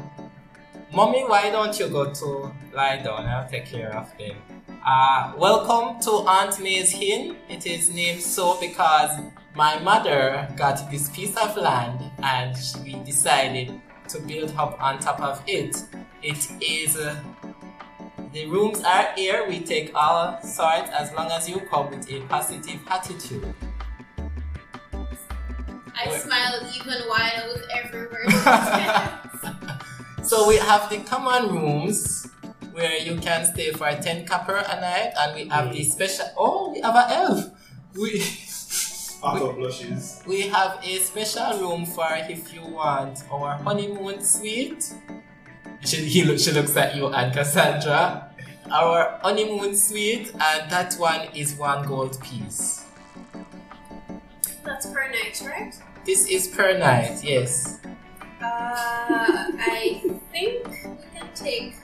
[SPEAKER 2] mommy, why don't you go to lie down? I'll take care of them. Uh, welcome to Aunt May's Hin. It is named so because my mother got this piece of land and we decided to build up on top of it. It is uh, The rooms are here. We take all sorts as long as you come with a positive attitude.
[SPEAKER 4] I
[SPEAKER 2] Wait.
[SPEAKER 4] smiled even while I was everywhere. I
[SPEAKER 2] So we have the common rooms where you can stay for 10 copper a night, and we have the special. Oh, we have an elf! We,
[SPEAKER 5] Otto blushes.
[SPEAKER 2] we have a special room for if you want our honeymoon suite. She, he look, she looks at you and Cassandra. Our honeymoon suite, and that one is one gold piece.
[SPEAKER 4] That's per night, right?
[SPEAKER 2] This is per night, yes.
[SPEAKER 4] Uh, I think we can take.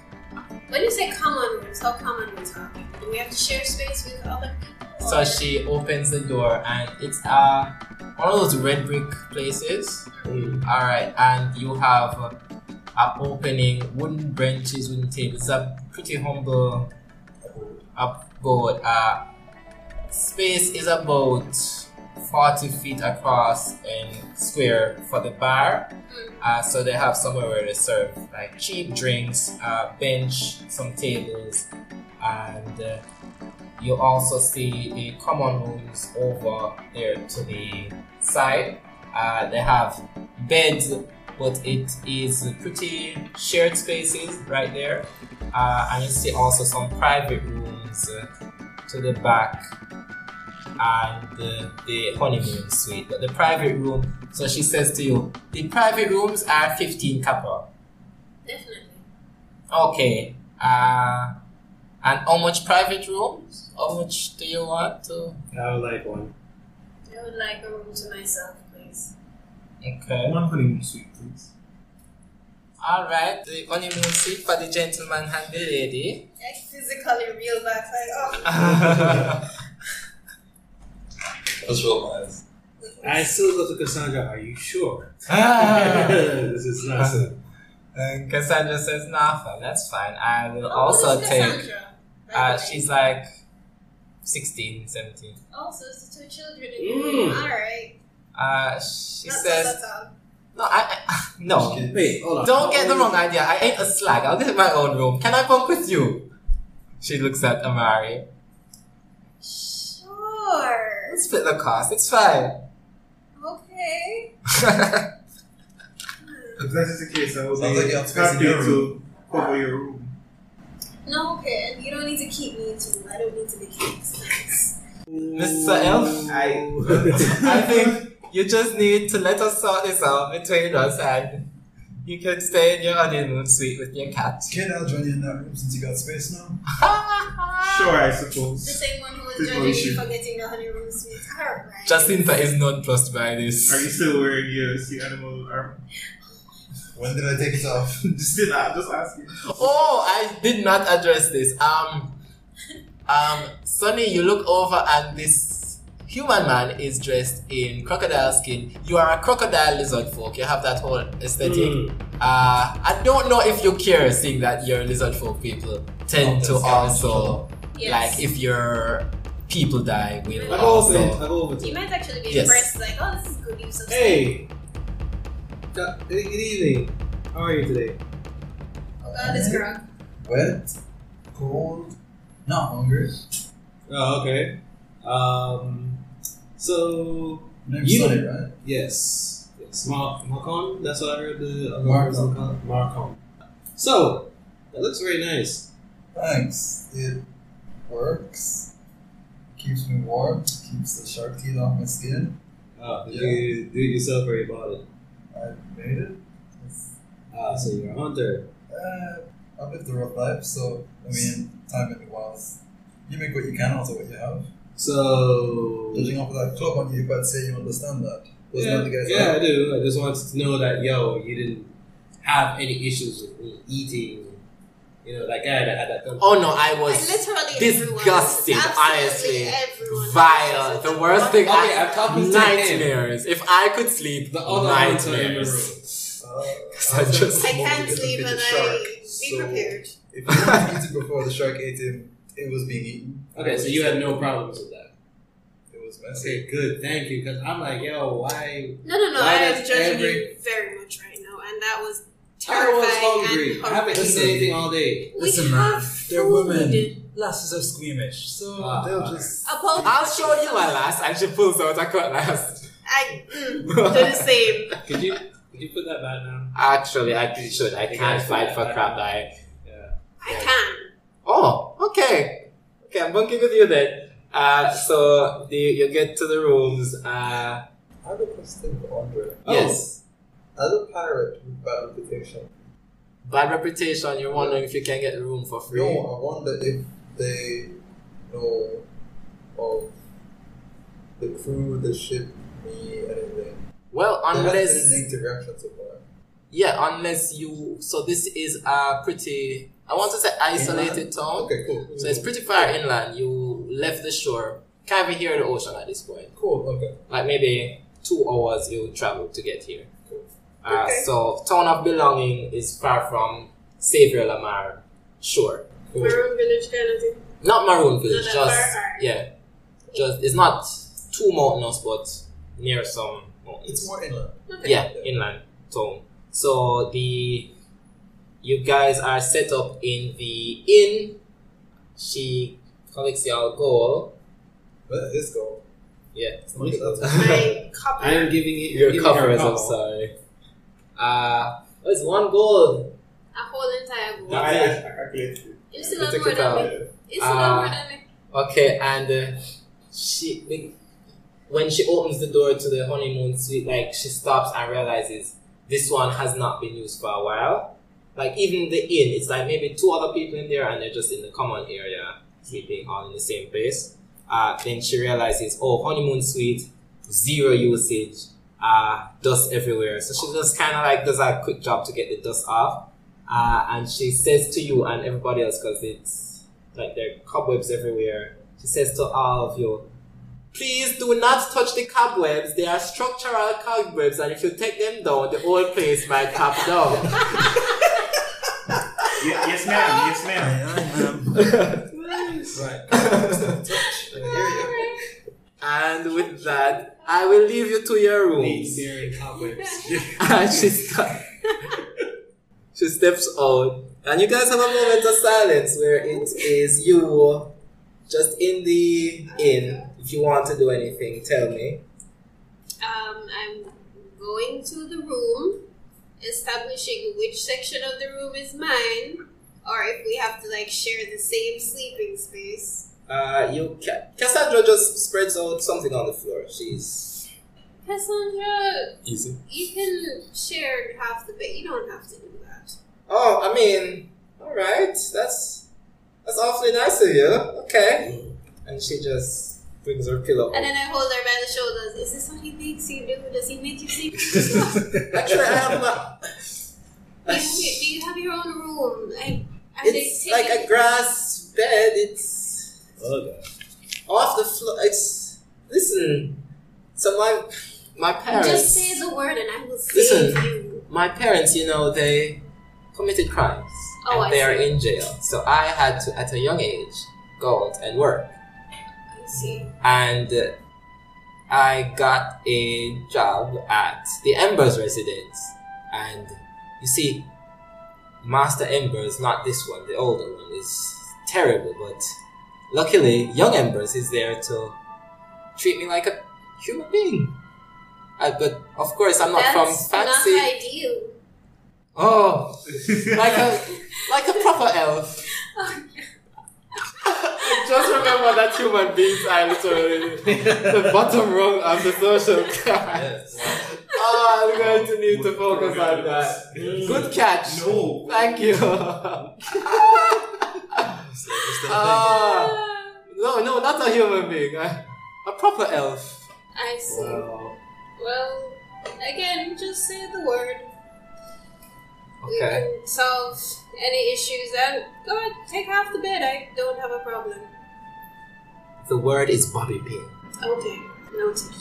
[SPEAKER 4] When you say common rooms, how common rooms are they? Do we have to share space with other people?
[SPEAKER 2] So she opens the door and it's uh one of those red brick places. All right, and you have a opening, wooden benches, wooden tables. It's a pretty humble abode. Uh, space is about forty feet across and square for the bar.
[SPEAKER 4] Mm.
[SPEAKER 2] Uh, so they have somewhere where they serve like cheap drinks, uh, bench, some tables, and uh, you also see the common rooms over there to the side. Uh, they have beds, but it is pretty shared spaces right there. Uh, and you see also some private rooms uh, to the back and uh, the honeymoon suite. But the private room, so she says to you, the private rooms are 15 couple.
[SPEAKER 4] Definitely.
[SPEAKER 2] Okay. Uh, and how much private rooms? How much do you want to?
[SPEAKER 3] I would like one.
[SPEAKER 4] I would like a room to myself, please.
[SPEAKER 2] Okay.
[SPEAKER 5] One honeymoon suite, please.
[SPEAKER 2] All right. The honeymoon suite for the gentleman and the lady.
[SPEAKER 4] I physically reel back, like, oh.
[SPEAKER 2] Uh,
[SPEAKER 1] Let's roll my eyes.
[SPEAKER 3] I still go to Cassandra. Are you sure?
[SPEAKER 2] Ah.
[SPEAKER 3] this is nonsense.
[SPEAKER 2] and Cassandra says nothing. That's fine. I will
[SPEAKER 4] Oh,
[SPEAKER 2] also
[SPEAKER 4] who's
[SPEAKER 2] take.
[SPEAKER 4] Cassandra, by
[SPEAKER 2] Uh,
[SPEAKER 4] the way?
[SPEAKER 2] she's like 16, 17.
[SPEAKER 4] Also, it's the two children.
[SPEAKER 3] Mm.
[SPEAKER 4] Alright.
[SPEAKER 2] Uh, she
[SPEAKER 4] That's
[SPEAKER 2] says
[SPEAKER 4] that's all.
[SPEAKER 2] no. I, I no.
[SPEAKER 1] Okay.
[SPEAKER 3] Wait, hold on.
[SPEAKER 2] Don't get the wrong idea. I ain't a slag. I'll get my own room. Can I bunk with you? She looks at Amari.
[SPEAKER 4] Sure.
[SPEAKER 2] Let's split the cost. It's fine.
[SPEAKER 4] Okay. Hmm.
[SPEAKER 5] If that is the case, I will
[SPEAKER 1] Sounds like
[SPEAKER 5] be
[SPEAKER 1] you have space in
[SPEAKER 5] happy
[SPEAKER 1] your
[SPEAKER 5] to cover your room.
[SPEAKER 4] No, okay, and you don't need to keep me too. I don't need to be kept. Thanks.
[SPEAKER 2] Mr. Elf? I think you just need to let us sort this out between us and you can stay in your honeymoon suite with your cat.
[SPEAKER 1] Kid, I'll join you in that room since you got space now.
[SPEAKER 5] Sure, I
[SPEAKER 4] The
[SPEAKER 5] suppose.
[SPEAKER 4] same one who was
[SPEAKER 5] There's no
[SPEAKER 4] judging me
[SPEAKER 5] issue.
[SPEAKER 4] for getting the honeymoon suite. Alright.
[SPEAKER 2] Jacinta is nonplussed by this.
[SPEAKER 5] Are you still wearing your sea animal armor?
[SPEAKER 1] When did I take it off?
[SPEAKER 5] just did that. Just asking.
[SPEAKER 2] Oh, I did not address this. Um, um, Sonny, you look over and this human man is dressed in crocodile skin. You are a crocodile lizard folk. You have that whole aesthetic.
[SPEAKER 3] Hmm.
[SPEAKER 2] Uh, I don't know if you care, seeing that your lizard folk people tend to
[SPEAKER 1] Oh, that's
[SPEAKER 2] also,
[SPEAKER 4] Yes.
[SPEAKER 2] like, if your people die, will
[SPEAKER 3] I go over it. I
[SPEAKER 2] also.
[SPEAKER 3] go over
[SPEAKER 4] You
[SPEAKER 3] it.
[SPEAKER 4] might actually be
[SPEAKER 2] Yes.
[SPEAKER 4] impressed, like, oh, this is good use of
[SPEAKER 3] Hey! Ja- Good evening. How are you today?
[SPEAKER 4] space. Oh god, it's grog.
[SPEAKER 1] Wet, cold, not hungry.
[SPEAKER 3] Oh, okay. Um, so,
[SPEAKER 1] Name's
[SPEAKER 3] You-
[SPEAKER 1] Sunny, right?
[SPEAKER 3] yes. Yes. Mar- Marcon? That's what I heard the
[SPEAKER 1] Marcon.
[SPEAKER 3] Marcon. Marcon. So, that looks very nice.
[SPEAKER 1] Thanks. It works. Keeps me warm. Keeps the shark teeth off my skin.
[SPEAKER 3] Uh,
[SPEAKER 1] Yeah.
[SPEAKER 3] You do it yourself or you bought it.
[SPEAKER 1] I made it. It's-
[SPEAKER 3] Ah, so you're a hunter.
[SPEAKER 1] Uh, I've lived a rough life, so I mean, time in the wilds. You make what you can out of what you have.
[SPEAKER 3] So.
[SPEAKER 1] Judging off of that club on you, but say you understand that. Wasn't
[SPEAKER 3] yeah,
[SPEAKER 1] that the guy's
[SPEAKER 3] yeah, I do. I just wanted to know that, yo, you didn't have any issues with me eating. You know, that guy that had that.
[SPEAKER 2] Oh no, I was
[SPEAKER 4] Literally everyone.
[SPEAKER 2] disgusted, honestly.
[SPEAKER 4] Absolutely everyone.
[SPEAKER 2] vile. The worst thing I
[SPEAKER 3] Okay, I'm talking to him.
[SPEAKER 2] Nightmares. If I could sleep,
[SPEAKER 3] The other hunter in the
[SPEAKER 2] nightmares.
[SPEAKER 3] room.
[SPEAKER 1] Uh,
[SPEAKER 2] I
[SPEAKER 1] was
[SPEAKER 2] just-
[SPEAKER 4] I
[SPEAKER 1] thinking
[SPEAKER 4] can't
[SPEAKER 1] of
[SPEAKER 4] sleep
[SPEAKER 1] the
[SPEAKER 4] and
[SPEAKER 1] shark,
[SPEAKER 4] I. Be
[SPEAKER 1] so
[SPEAKER 4] prepared.
[SPEAKER 1] If you wanted to eat it before the shark ate him, it was being eaten.
[SPEAKER 3] Okay, so you had no problems with that.
[SPEAKER 1] It was messy.
[SPEAKER 3] Okay, good. Thank you. Because I'm like, yo, why?
[SPEAKER 4] No, no, no.
[SPEAKER 3] Why
[SPEAKER 4] I am
[SPEAKER 3] does
[SPEAKER 4] judging
[SPEAKER 3] every-
[SPEAKER 4] you very much right now, and that was
[SPEAKER 3] I was
[SPEAKER 4] terrifying and
[SPEAKER 6] hungry. I haven't eaten
[SPEAKER 2] Listen.
[SPEAKER 6] anything all day.
[SPEAKER 4] We
[SPEAKER 2] Listen, man,
[SPEAKER 4] have
[SPEAKER 2] they're
[SPEAKER 4] food.
[SPEAKER 2] women. Lasses are squeamish, so
[SPEAKER 6] Ah,
[SPEAKER 2] they'll
[SPEAKER 6] alright.
[SPEAKER 2] just.
[SPEAKER 4] Apologies.
[SPEAKER 2] I'll show you a lass, and she pulls out a cutlass.
[SPEAKER 4] I mm, do the same.
[SPEAKER 6] Could you could you put that back now?
[SPEAKER 2] Actually, I really should. I can't
[SPEAKER 6] Yeah.
[SPEAKER 2] fight for crap dying.
[SPEAKER 6] Yeah.
[SPEAKER 4] I can.
[SPEAKER 2] Oh, okay. Okay, I'm bunking with you then. Uh, so the, you get to the rooms. Uh, oh,
[SPEAKER 1] I have a question for Andre.
[SPEAKER 2] Yes.
[SPEAKER 1] As a pirate with bad reputation,
[SPEAKER 2] Bad reputation, you're wondering if you can get the room for free.
[SPEAKER 1] no, I wonder if they know of the crew, the ship, me, anything.
[SPEAKER 2] Well,
[SPEAKER 1] There hasn't
[SPEAKER 2] unless.
[SPEAKER 1] been an interaction so far.
[SPEAKER 2] Yeah, unless you. So this is a pretty. I want to say isolated town.
[SPEAKER 1] Oh, Okay, cool.
[SPEAKER 2] So it's pretty far inland. You left the shore. Can't even hear the ocean at this point.
[SPEAKER 1] cool. Okay,
[SPEAKER 2] Like maybe two hours you travel to get here.
[SPEAKER 1] Cool.
[SPEAKER 2] Uh,
[SPEAKER 4] Okay.
[SPEAKER 2] So town of belonging is far from Savior Lamar shore.
[SPEAKER 1] cool.
[SPEAKER 4] Maroon village kind of thing.
[SPEAKER 2] Not Maroon Village,
[SPEAKER 4] Not that
[SPEAKER 2] just
[SPEAKER 4] far.
[SPEAKER 2] yeah, just it's not too mountainous, but near some mountains.
[SPEAKER 1] It's more inland.
[SPEAKER 4] Okay.
[SPEAKER 2] yeah, inland town. So the you guys are set up in the inn. She collects the alcohol.
[SPEAKER 1] But this go.
[SPEAKER 2] Yeah.
[SPEAKER 4] My
[SPEAKER 6] I
[SPEAKER 4] copper.
[SPEAKER 6] am giving it.
[SPEAKER 2] Your
[SPEAKER 6] giving
[SPEAKER 2] cover
[SPEAKER 6] her a
[SPEAKER 2] is I'm
[SPEAKER 6] couple.
[SPEAKER 2] sorry. Uh oh, it's one gold.
[SPEAKER 4] A whole entire
[SPEAKER 5] I,
[SPEAKER 4] bowl.
[SPEAKER 5] I, I, I get you.
[SPEAKER 4] It's still
[SPEAKER 2] It's a
[SPEAKER 4] not more than me.
[SPEAKER 2] guitar.
[SPEAKER 4] It's still not
[SPEAKER 2] Uh,
[SPEAKER 4] more than me.
[SPEAKER 2] Okay, and uh, she when she opens the door to the honeymoon suite, like she stops and realizes this one has not been used for a while. Like even the inn, it's like maybe two other people in there, and they're just in the common area sleeping all in the same place. Uh, then she realizes, oh, honeymoon suite, zero usage, uh, dust everywhere. So she just kind of like does a quick job to get the dust off, uh, and she says to you and everybody else because it's like there are cobwebs everywhere. She says to all of you, Please do not touch the cobwebs. They are structural cobwebs, and if you take them down, the whole place might come down.
[SPEAKER 5] Ye- Yes, ma'am. Yes, ma'am.
[SPEAKER 2] and with that, I will leave you to your
[SPEAKER 6] Wait,
[SPEAKER 2] rooms.
[SPEAKER 6] they're in cobwebs.
[SPEAKER 2] and she sta- she steps out, and you guys have a moment of silence where it is you just in the inn. If you want to do anything, tell me.
[SPEAKER 4] Um, I'm going to the room, establishing which section of the room is mine, or if we have to like share the same sleeping space.
[SPEAKER 2] Uh, you ca- Cassandra just spreads out something on the floor. She's
[SPEAKER 4] Cassandra,
[SPEAKER 2] easy.
[SPEAKER 4] you can share half the bed. You don't have to do that.
[SPEAKER 2] Oh, I mean, all right. That's that's awfully nice of you. Okay. And she just brings her pillow.
[SPEAKER 4] And
[SPEAKER 2] Up.
[SPEAKER 4] then I hold her by the shoulders. Is this what he makes you do? Does he make you sleep?
[SPEAKER 2] Actually, I
[SPEAKER 4] um,
[SPEAKER 2] have not.
[SPEAKER 4] do, you, do you have your own room? I, I
[SPEAKER 2] It's like a grass bed. It's
[SPEAKER 6] Oh god.
[SPEAKER 2] off the floor. It's listen. So my my parents.
[SPEAKER 4] Just say the word and I will save
[SPEAKER 2] Listen.
[SPEAKER 4] you.
[SPEAKER 2] my parents, you know, they committed crimes
[SPEAKER 4] Oh,
[SPEAKER 2] and
[SPEAKER 4] I
[SPEAKER 2] they
[SPEAKER 4] see.
[SPEAKER 2] are in jail. So I had to, at a young age, go out and work.
[SPEAKER 4] I see.
[SPEAKER 2] And uh, I got a job at the Embers residence. And you see, Master Embers, not this one, the older one, is terrible. But luckily, young Embers is there to treat me like a human being. I, but of course, I'm not
[SPEAKER 4] That's
[SPEAKER 2] from fancy.
[SPEAKER 4] not ideal.
[SPEAKER 2] Oh, like a like a proper elf. Just remember that human beings are literally the bottom rung of the social class. Oh, I'm going to need to focus on that. Good catch.
[SPEAKER 5] No.
[SPEAKER 2] Thank you. Ah, no, no, not a human being. A, a proper elf.
[SPEAKER 4] I see. Well, again, just say the word. We
[SPEAKER 2] Okay.
[SPEAKER 4] can solve any issues and go ahead, take half the bed. I don't have a problem.
[SPEAKER 2] The word is Bobby Pin.
[SPEAKER 4] Okay, noted.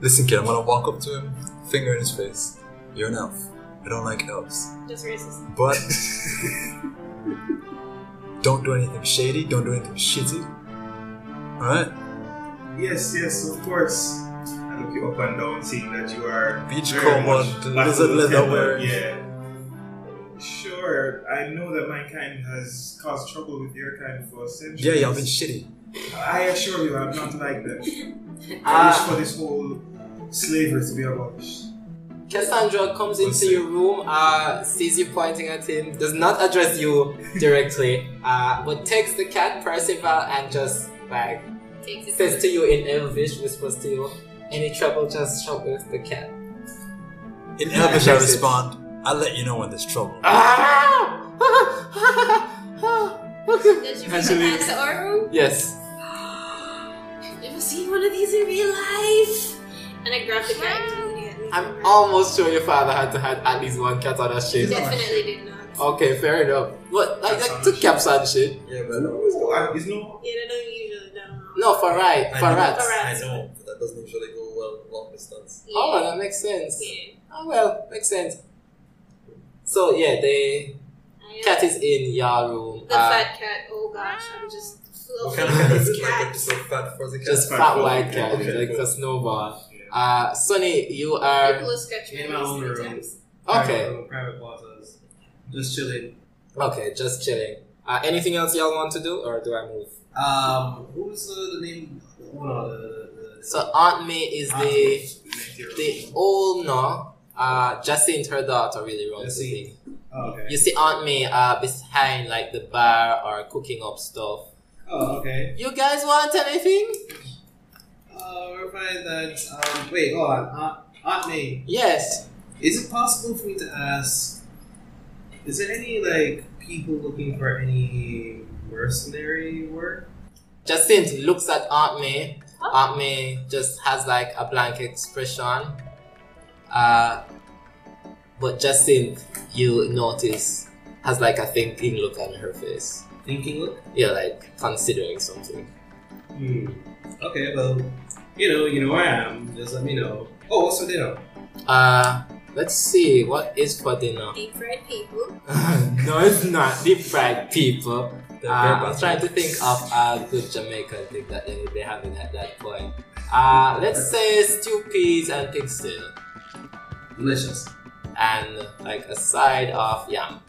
[SPEAKER 1] Listen, kid, I'm gonna walk up to him, finger in his face. You're an elf. I don't like elves.
[SPEAKER 4] Just racist.
[SPEAKER 1] But don't do anything shady, don't do anything shitty. Alright?
[SPEAKER 5] Yes, yes, of course. I look you up and down, seeing that you are
[SPEAKER 7] Beach
[SPEAKER 5] very
[SPEAKER 7] comb
[SPEAKER 5] much
[SPEAKER 7] and
[SPEAKER 5] back
[SPEAKER 7] lizard
[SPEAKER 5] to the
[SPEAKER 7] leather
[SPEAKER 5] temple.
[SPEAKER 7] wear.
[SPEAKER 5] Yeah. Sure, I know that mankind has caused trouble with their kind for centuries.
[SPEAKER 7] Yeah, y'all been shitty.
[SPEAKER 5] I assure you, I'm not like them. I wish
[SPEAKER 2] Uh,
[SPEAKER 5] for this whole slavery to be abolished.
[SPEAKER 2] Cassandra comes into your room, uh, sees you pointing at him, does not address you directly, uh, but takes the cat Percival and just like
[SPEAKER 4] Takes it.
[SPEAKER 2] says to you in Elvish, whispers to you, any trouble, just shout with the cat.
[SPEAKER 7] In Elvish, I
[SPEAKER 2] Yes, it's-
[SPEAKER 7] respond, I'll let you know when there's trouble. Ah!
[SPEAKER 4] Did you
[SPEAKER 2] Actually-
[SPEAKER 4] bring the cat to our room?
[SPEAKER 2] yes.
[SPEAKER 4] I've never seen one of these in real life. And I grabbed the cat immediately.
[SPEAKER 2] I'm almost sure your father had to had at least one cat on that
[SPEAKER 4] He
[SPEAKER 2] shit.
[SPEAKER 4] Definitely did not.
[SPEAKER 2] Okay, fair enough. What like, like two caps and shit?
[SPEAKER 1] Yeah, but no,
[SPEAKER 5] Oh, I- It's no.
[SPEAKER 4] Yeah, they don't usually know.
[SPEAKER 2] No, for right,
[SPEAKER 7] I
[SPEAKER 2] for
[SPEAKER 7] know.
[SPEAKER 2] rats.
[SPEAKER 4] Alright.
[SPEAKER 7] I know, but that doesn't usually go well long distance.
[SPEAKER 4] Yeah.
[SPEAKER 2] Oh, that makes sense.
[SPEAKER 4] yeah.
[SPEAKER 2] Oh well, makes sense. So yeah, the
[SPEAKER 4] I am
[SPEAKER 2] cat is in your room.
[SPEAKER 4] the
[SPEAKER 2] uh,
[SPEAKER 4] fat cat. Oh gosh, I'm just
[SPEAKER 7] What
[SPEAKER 4] floating
[SPEAKER 7] kind of cat is
[SPEAKER 4] this
[SPEAKER 7] it? Like a piece
[SPEAKER 4] cat.
[SPEAKER 7] of fat fuzzy cat?
[SPEAKER 2] just
[SPEAKER 5] fat
[SPEAKER 2] fat
[SPEAKER 5] boy.
[SPEAKER 2] white cat,
[SPEAKER 5] Okay,
[SPEAKER 2] like
[SPEAKER 5] cool.
[SPEAKER 2] a snowball.
[SPEAKER 5] Yeah.
[SPEAKER 2] Uh, Sonny, you are
[SPEAKER 4] People are scratching
[SPEAKER 3] In
[SPEAKER 4] my
[SPEAKER 3] my
[SPEAKER 4] knees
[SPEAKER 3] own
[SPEAKER 4] three
[SPEAKER 3] room.
[SPEAKER 4] times.
[SPEAKER 2] okay.
[SPEAKER 3] Private, private plazas. Just chilling.
[SPEAKER 2] Okay, just chilling. Uh, anything else y'all want to do, or do I move?
[SPEAKER 3] Um, what was the, the name? Oh no, the, the, the
[SPEAKER 2] So Aunt May is the the
[SPEAKER 5] Material.
[SPEAKER 2] owner. Uh, Jacinth, her daughter, really runs the
[SPEAKER 3] Jacinth.
[SPEAKER 2] thing.
[SPEAKER 3] oh, okay.
[SPEAKER 2] You see Aunt May uh, behind like the bar or cooking up stuff.
[SPEAKER 3] Oh, okay.
[SPEAKER 2] You guys want anything?
[SPEAKER 3] Uh, we're finding that. Um, wait, hold on. Aunt, Aunt May,
[SPEAKER 2] Yes.
[SPEAKER 3] Is it possible for me to ask? Is there any like people looking for any mercenary work?
[SPEAKER 2] Jacinth looks at Aunt May. Aunt May just has like a blank expression. Uh, but Jacinth, you notice, has like a thinking look on her face.
[SPEAKER 3] Thinking look.
[SPEAKER 2] Yeah, like considering something.
[SPEAKER 3] Hmm. Okay. Well, you know, you know where I am. Just let me know. Oh, what's for dinner?
[SPEAKER 2] Uh, let's see, what is for dinner?
[SPEAKER 4] Deep fried people.
[SPEAKER 2] no, it's not deep fried people.
[SPEAKER 7] They're very
[SPEAKER 2] Uh, I'm
[SPEAKER 7] bad.
[SPEAKER 2] trying to think of a good Jamaican thing that they, they haven't at that point. Uh, let's say stew peas and pig still.
[SPEAKER 3] Delicious.
[SPEAKER 2] and like a side of yam.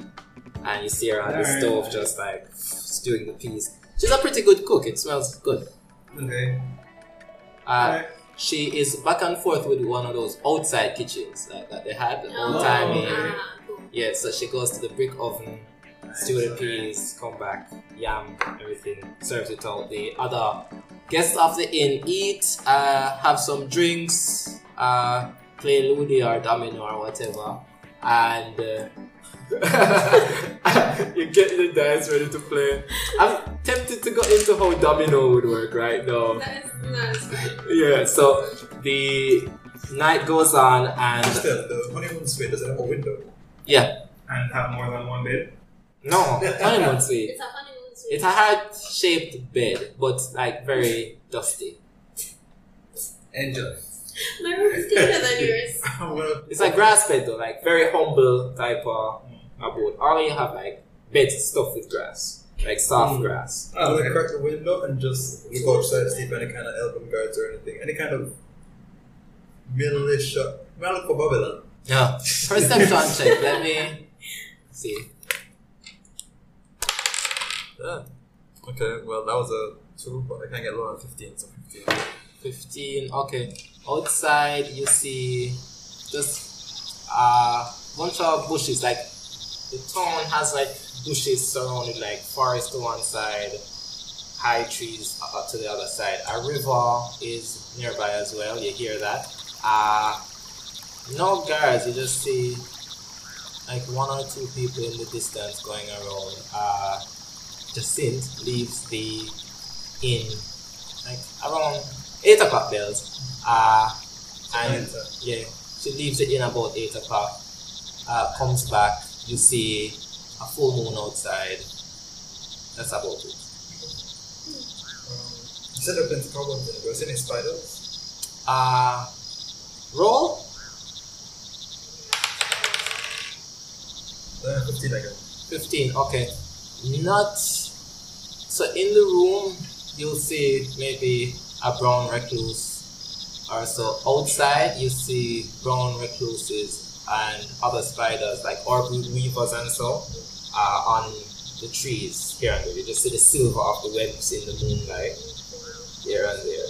[SPEAKER 2] And you see her on the
[SPEAKER 3] Alright.
[SPEAKER 2] stove just like stewing the peas. She's a pretty good cook, it smells good.
[SPEAKER 3] Okay.
[SPEAKER 2] Uh, She is back and forth with one of those outside kitchens that, that they had the old
[SPEAKER 4] Oh,
[SPEAKER 2] timey.
[SPEAKER 3] okay.
[SPEAKER 4] Ah, cool.
[SPEAKER 2] Yeah, so she goes to the brick oven, stew the peas, come back, yam, everything, serves it out. The other guests of the inn eat, uh, have some drinks, uh, play Ludi or Domino or whatever, and uh, you get the dice ready to play. I'm tempted to go into how Domino would work right now.
[SPEAKER 4] That is not as bad.
[SPEAKER 2] Yeah, so the night goes on, and
[SPEAKER 1] still, the honeymoon suite doesn't have a window.
[SPEAKER 5] And have more than one bed.
[SPEAKER 2] no, honeymoon suite.
[SPEAKER 4] It's a honeymoon suite.
[SPEAKER 2] It's a heart shaped bed, but like very dusty.
[SPEAKER 3] Enjoy.
[SPEAKER 4] My room is cleaner than yours.
[SPEAKER 1] I'm gonna
[SPEAKER 2] It's a grass bed though, like very humble type of abode. All you have like beds stuffed with grass, like soft
[SPEAKER 3] Mm.
[SPEAKER 2] grass.
[SPEAKER 1] I'm
[SPEAKER 3] Oh,
[SPEAKER 1] gonna
[SPEAKER 3] okay.
[SPEAKER 1] crack the window and just look outside and see if any kind of album guards or anything. Any kind of militia. When I look for Babylon,
[SPEAKER 2] Yeah. Perception check. Let me see.
[SPEAKER 7] Yeah. Okay, well, that was a 2, but I can't get lower than 15, so 15.
[SPEAKER 2] 15 okay outside you see just a bunch of bushes like the town has like bushes surrounded like forest to one side high trees up to the other side a river is nearby as well you hear that uh no guards you just see like one or two people in the distance going around uh jacinth leaves the inn like around eight o'clock bells. Uh, and
[SPEAKER 1] uh,
[SPEAKER 2] yeah, she leaves it in about eight o'clock. Uh, comes back, you see a full moon outside. That's about it.
[SPEAKER 1] you said there's been um, problems in the Was any spiders?
[SPEAKER 2] Uh, roll.
[SPEAKER 1] Uh, 15 again.
[SPEAKER 2] 15 okay not so in the room you'll see maybe a brown recluse or Alright, so outside you see brown recluses and other spiders like orb weavers and so uh, on the trees here and there. You just see the silver of the webs in the moonlight here and there.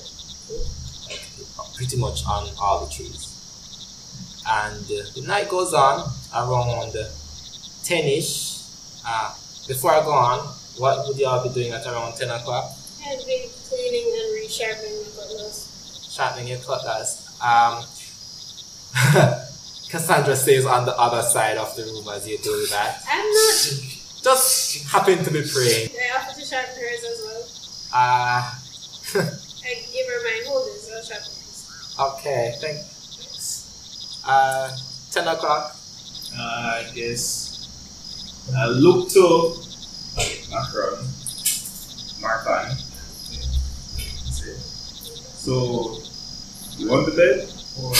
[SPEAKER 2] Like, pretty much on all the trees. And uh, the night goes on around 10 ish. Uh, before I go on, what would y'all be doing at around 10 o'clock?
[SPEAKER 4] I've been cleaning and resharpening my cutlass.
[SPEAKER 2] sharpening your cutlass. Um, Cassandra stays on the other side of the room as you do that.
[SPEAKER 4] I'm not.
[SPEAKER 2] Just happen to be praying.
[SPEAKER 4] I offer to sharpen hers as well.
[SPEAKER 2] Uh,
[SPEAKER 4] I give her mine holders, so I'll sharpen hers.
[SPEAKER 2] okay, thanks. Uh, 10 o'clock.
[SPEAKER 3] Uh, I guess I look to Macron, Markan.
[SPEAKER 5] So, you want the bed? Or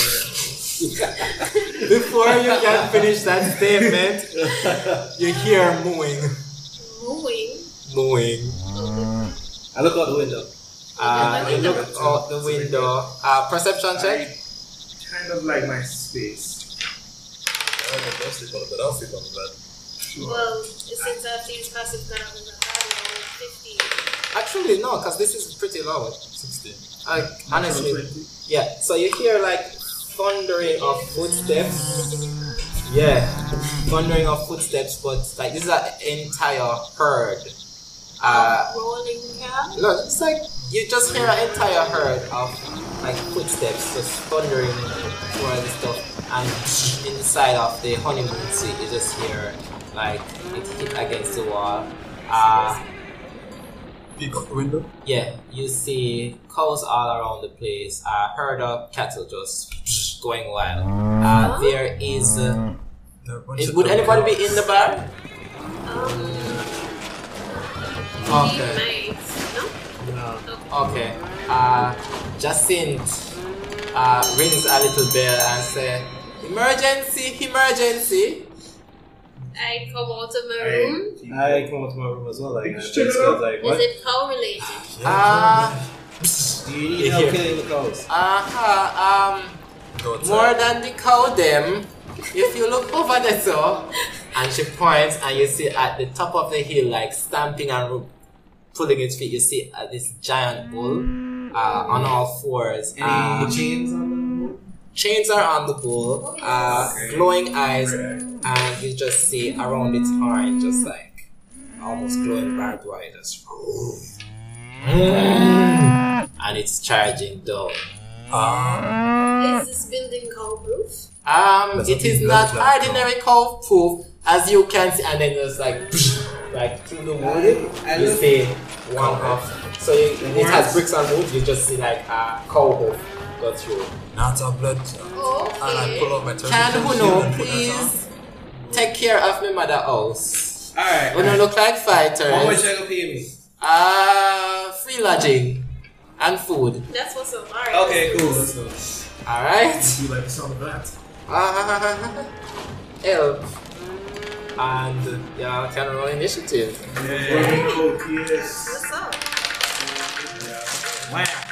[SPEAKER 2] Before you can finish that statement, you hear mooing.
[SPEAKER 4] Mooing.
[SPEAKER 2] Mooing.
[SPEAKER 3] I look out the window.
[SPEAKER 2] Uh, you look out the window. Uh, perception check.
[SPEAKER 5] I kind of like my space.
[SPEAKER 1] I don't know, sleep on the bed. I'll sleep on the bed.
[SPEAKER 4] Well, since I've used passive gun up in the battle, 50.
[SPEAKER 2] Actually, no, because this is pretty loud.
[SPEAKER 1] 16.
[SPEAKER 2] Like, honestly, Yeah, so you hear like thundering of footsteps. Yeah, thundering of footsteps, but like this is an entire herd. Uh,
[SPEAKER 4] Rolling cow?
[SPEAKER 2] look, it's like you just hear an entire herd of like footsteps just thundering towards the stuff. And inside of the honeymoon suite, you just hear like it hit against the wall. Uh,
[SPEAKER 1] Peek out the window.
[SPEAKER 2] yeah, you see cows all around the place. A herd of cattle just going wild. Uh, there is. Uh,
[SPEAKER 1] There are a bunch
[SPEAKER 2] is
[SPEAKER 1] of
[SPEAKER 2] would
[SPEAKER 1] dogs.
[SPEAKER 2] anybody be in the bar?
[SPEAKER 4] Um.
[SPEAKER 2] Okay.
[SPEAKER 4] Might. Um, No?
[SPEAKER 3] No.
[SPEAKER 2] Okay. Uh, Jacinth uh, rings a little bell and says, "Emergency! Emergency!"
[SPEAKER 4] I come out of my
[SPEAKER 3] Hey.
[SPEAKER 4] room.
[SPEAKER 3] I come out to my room as well. Like, I
[SPEAKER 5] Did you
[SPEAKER 3] just
[SPEAKER 5] check it out?
[SPEAKER 3] got like,
[SPEAKER 4] Is
[SPEAKER 3] what?
[SPEAKER 4] it cow related?
[SPEAKER 2] Ah,
[SPEAKER 3] Do you
[SPEAKER 2] You
[SPEAKER 3] need
[SPEAKER 2] hear me?
[SPEAKER 3] help killing the cows?
[SPEAKER 2] uh, uh, um,
[SPEAKER 1] Go outside.
[SPEAKER 2] more than the cow them. If you look over there, so, and she points, and you see at the top of the hill, like stamping and ru- pulling its feet, you see uh, this giant bull uh, on all fours.
[SPEAKER 3] Any
[SPEAKER 2] Uh,
[SPEAKER 3] chains on
[SPEAKER 2] chains are on the bull, uh, glowing eyes, and you just see around its horn, just like almost glowing barbed wire, just. mm. And it's charging down.
[SPEAKER 4] Is this building cow proof?
[SPEAKER 2] Um,
[SPEAKER 1] That's
[SPEAKER 2] it
[SPEAKER 1] a
[SPEAKER 2] is
[SPEAKER 1] big
[SPEAKER 2] not
[SPEAKER 1] black
[SPEAKER 2] ordinary cow poof, as you can see, and then it's like, like through the wood,
[SPEAKER 3] I
[SPEAKER 2] you
[SPEAKER 3] look-
[SPEAKER 2] see one of. So you, it has
[SPEAKER 3] Yes.
[SPEAKER 2] bricks and wood. You just see like a cow hoof go through.
[SPEAKER 1] Not a blood. And I pull
[SPEAKER 4] Okay.
[SPEAKER 1] out my turkey.
[SPEAKER 2] Can who
[SPEAKER 1] shield
[SPEAKER 2] know,
[SPEAKER 1] and put that on.
[SPEAKER 2] please take care of my mother house.
[SPEAKER 3] them? Alright.
[SPEAKER 2] We don't look like
[SPEAKER 3] How much
[SPEAKER 2] fighters.
[SPEAKER 3] I gonna pay me?
[SPEAKER 2] Uh, free lodging and food.
[SPEAKER 4] That's what's up. Alright.
[SPEAKER 3] Okay, cool. Let's go.
[SPEAKER 2] All right.
[SPEAKER 3] You like the sound of that?
[SPEAKER 2] Uh, help. And yeah, can roll initiative.
[SPEAKER 5] Yeah. Oh, yes.
[SPEAKER 4] What's up?
[SPEAKER 5] Yeah.
[SPEAKER 8] Wow.